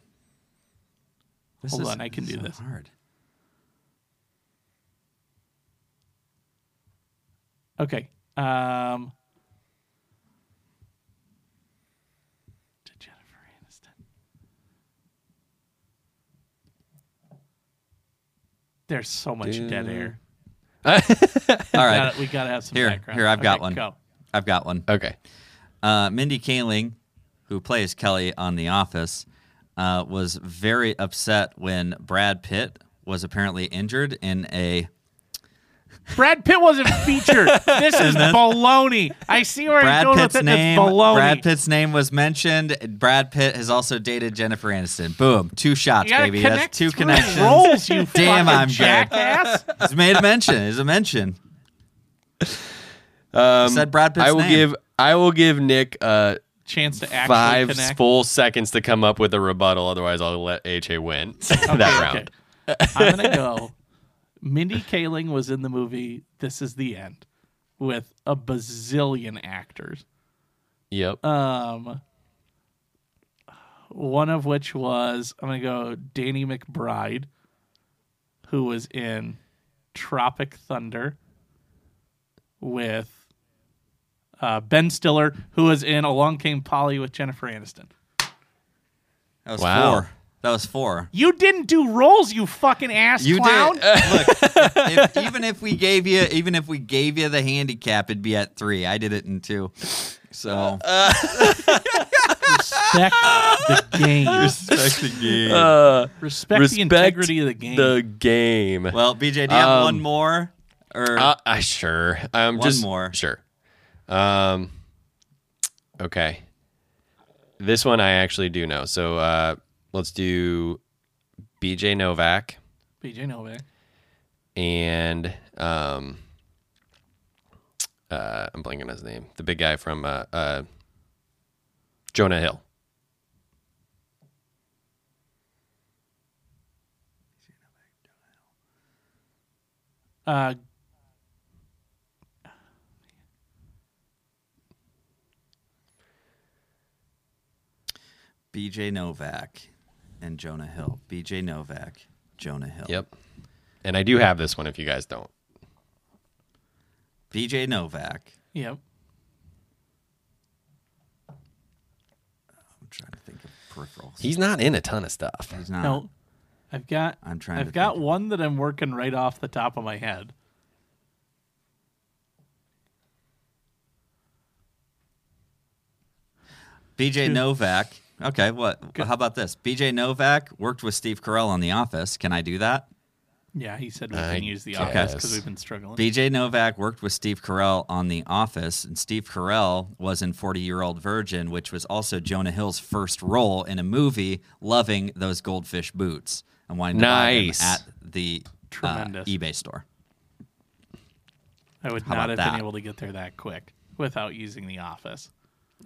B: This
A: Hold
B: is-
A: on, I can do
B: is so
A: this.
B: Hard.
A: Okay. Um, to Jennifer Aniston. There's so much dead air.
B: All
A: All
B: right,
A: right. We got to have some
B: Here,
A: background.
B: here, I've got
A: Okay,
B: one.
A: Go.
B: I've got one.
C: Okay.
B: Uh, Mindy Kaling, who plays Kelly on The Office, uh, was very upset when Brad Pitt was apparently injured in a
A: Brad Pitt wasn't featured. This is baloney. I see where he's
B: Brad
A: going
B: Pitt's
A: with it.
B: name.
A: it's baloney.
B: Brad Pitt's name was mentioned. Brad Pitt has also dated Jennifer Aniston. Boom, two shots,
A: you gotta
B: baby.
A: connect
B: That's two
A: through
B: connections.
A: Roles, you
B: Damn,
A: fucking
B: I'm good.
A: jackass.
B: It's made a mention. It's a mention.
C: Um,
B: Said Brad Pitt's
C: I will
B: name.
C: give. I will give Nick uh,
A: Chance to actually
C: five
A: connect.
C: full seconds to come up with a rebuttal. Otherwise, I'll let HA win that round.
A: Okay. I'm gonna go. Mindy Kaling was in the movie This Is the End with a bazillion actors.
C: Yep.
A: Um, one of which was I'm gonna go Danny McBride, who was in Tropic Thunder with uh, Ben Stiller, who was in Along Came Polly with Jennifer Aniston.
B: That was
C: Wow.
B: four. That was four.
A: You didn't do roles, you fucking ass
B: You
A: clown.
B: did. Look, if, even if we gave you, even if we gave you the handicap, it'd be at three. I did it in two. So
C: Uh,
A: respect the game.
B: respect the game.
C: Uh,
A: Respect, the integrity of the game.
C: The game.
B: well, BJ, do you have
C: Um,
B: one more? Or
C: Uh, uh, sure. Um,
B: One
C: just,
B: more.
C: Sure. Um, okay. This one I actually do know. So uh, let's do BJ Novak
A: BJ Novak.
C: and um, uh, I'm blanking on his name. The big guy from uh, uh, Jonah Hill.
A: Uh,
B: BJ Novak and Jonah Hill. BJ Novak, Jonah Hill.
C: Yep. And I do have this one if you guys don't.
B: BJ Novak.
A: yep.
B: I'm trying to think of peripherals.
C: He's not in a ton of stuff.
B: He's not.
A: No, I've got.
B: I'm trying
A: I've
B: to
A: got
B: think of-
A: one that I'm working right off the top of my head.
B: BJ Novak. Okay, what? How about this? BJ Novak worked with Steve Carell on The Office. Can I do that?
A: Yeah, he said we
C: I
A: can use the office because
C: guess.
A: we've been struggling.
B: BJ Novak worked with Steve Carell on The Office, and Steve Carell was in 40 Year Old Virgin, which was also Jonah Hill's first role in a movie, loving those goldfish boots and wanting to
C: Nice.
B: buy them at the uh,
A: Tremendous.
B: eBay store.
A: I would
B: How
A: not have
B: about
A: been
B: that?
A: able to get there that quick without using the office.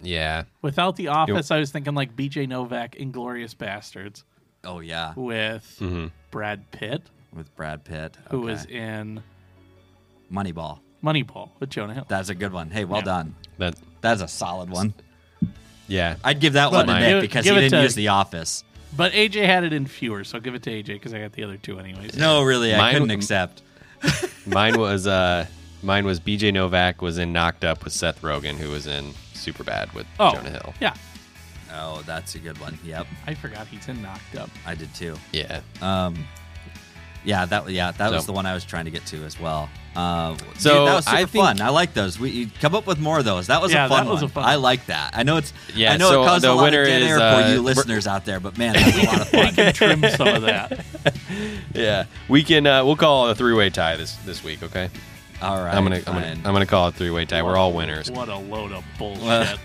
C: Yeah.
A: Without the office, I was thinking like BJ Novak, Inglorious Bastards,
B: Oh, yeah,
A: with Brad Pitt,
B: with Brad Pitt.
A: who
B: Mm-hmm. okay.
A: was in
B: Moneyball.
A: Moneyball with Jonah Hill.
B: That's a good one. Hey, well
A: Yeah.
B: done.
C: That
B: That's a solid one.
C: Yeah.
B: I'd give that
A: But
B: one to
A: give
B: Nick
A: it-
B: because
A: give
B: he
A: it
B: didn't
A: to-
B: use The Office.
A: But AJ had it in fewer, so give it to AJ because I got the other two anyways.
B: No, really, I
C: Mine-
B: couldn't accept.
C: mine was uh mine was BJ Novak was in Knocked Up with Seth Rogen who was in Superbad with
A: oh,
C: Jonah Hill.
A: Yeah,
B: Oh, that's a good one. Yep,
A: I forgot he's in Knocked Up.
B: I did too.
C: Yeah.
B: Um, yeah, that yeah that was
C: So-
B: the one I was trying to get to as well. Uh,
C: So,
B: dude, that was super
C: I think-
B: fun. I like those. We you come up with more of those. That was
A: Yeah,
B: a fun
A: that was
B: one.
A: a fun
B: I
A: one.
B: like that. I know it's
C: Yeah,
B: I know
C: so
B: it caused
C: the
B: a lot
C: winner
B: of dead air
C: is,
B: for
C: uh,
B: you
C: Bur-
B: listeners out there, but man, that's a lot of
A: We
B: fun.
A: can trim some of that.
C: Yeah. We can uh we'll call it a three-way tie this this week, okay?
B: All right,
C: I'm going to I'm going
B: fine.
C: to I'm going to call it three-way tie. We're all winners.
A: What a load of bullshit.
B: Well,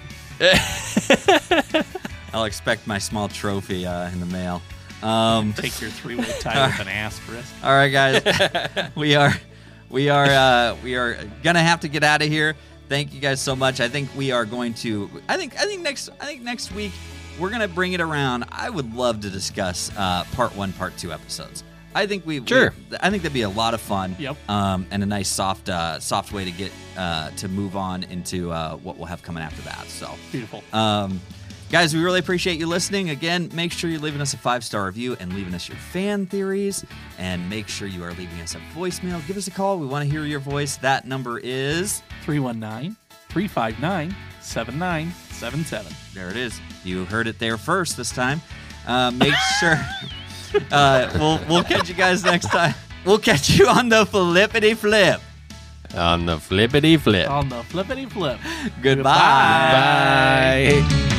B: I'll expect my small trophy uh, in the mail. Um,
A: Take your three-way tie with an asterisk.
B: All right, guys, we are we are uh, we are gonna have to get out of here. Thank you guys so much. I think we are going to. I think I think next I think next week we're gonna bring it around. I would love to discuss uh, part one, part two episodes. I think we
C: Sure.
B: we- I think that'd be a lot of fun.
A: Yep.
B: Um, and a nice soft uh, soft way to get uh, to move on into uh, what we'll have coming after that. So.
A: Beautiful.
B: Um, guys, we really appreciate you listening. Again, make sure you're leaving us a five star review and leaving us your fan theories. And make sure you are leaving us a voicemail. Give us a call. We want to hear your voice. That number is
A: 319-359-7977.
B: there it is. You heard it there first this time. Uh, make sure. Uh, we'll, we'll catch you guys next time. We'll catch you on the flippity flip.
C: On the flippity flip.
A: On the flippity flip.
B: Goodbye.
C: Bye.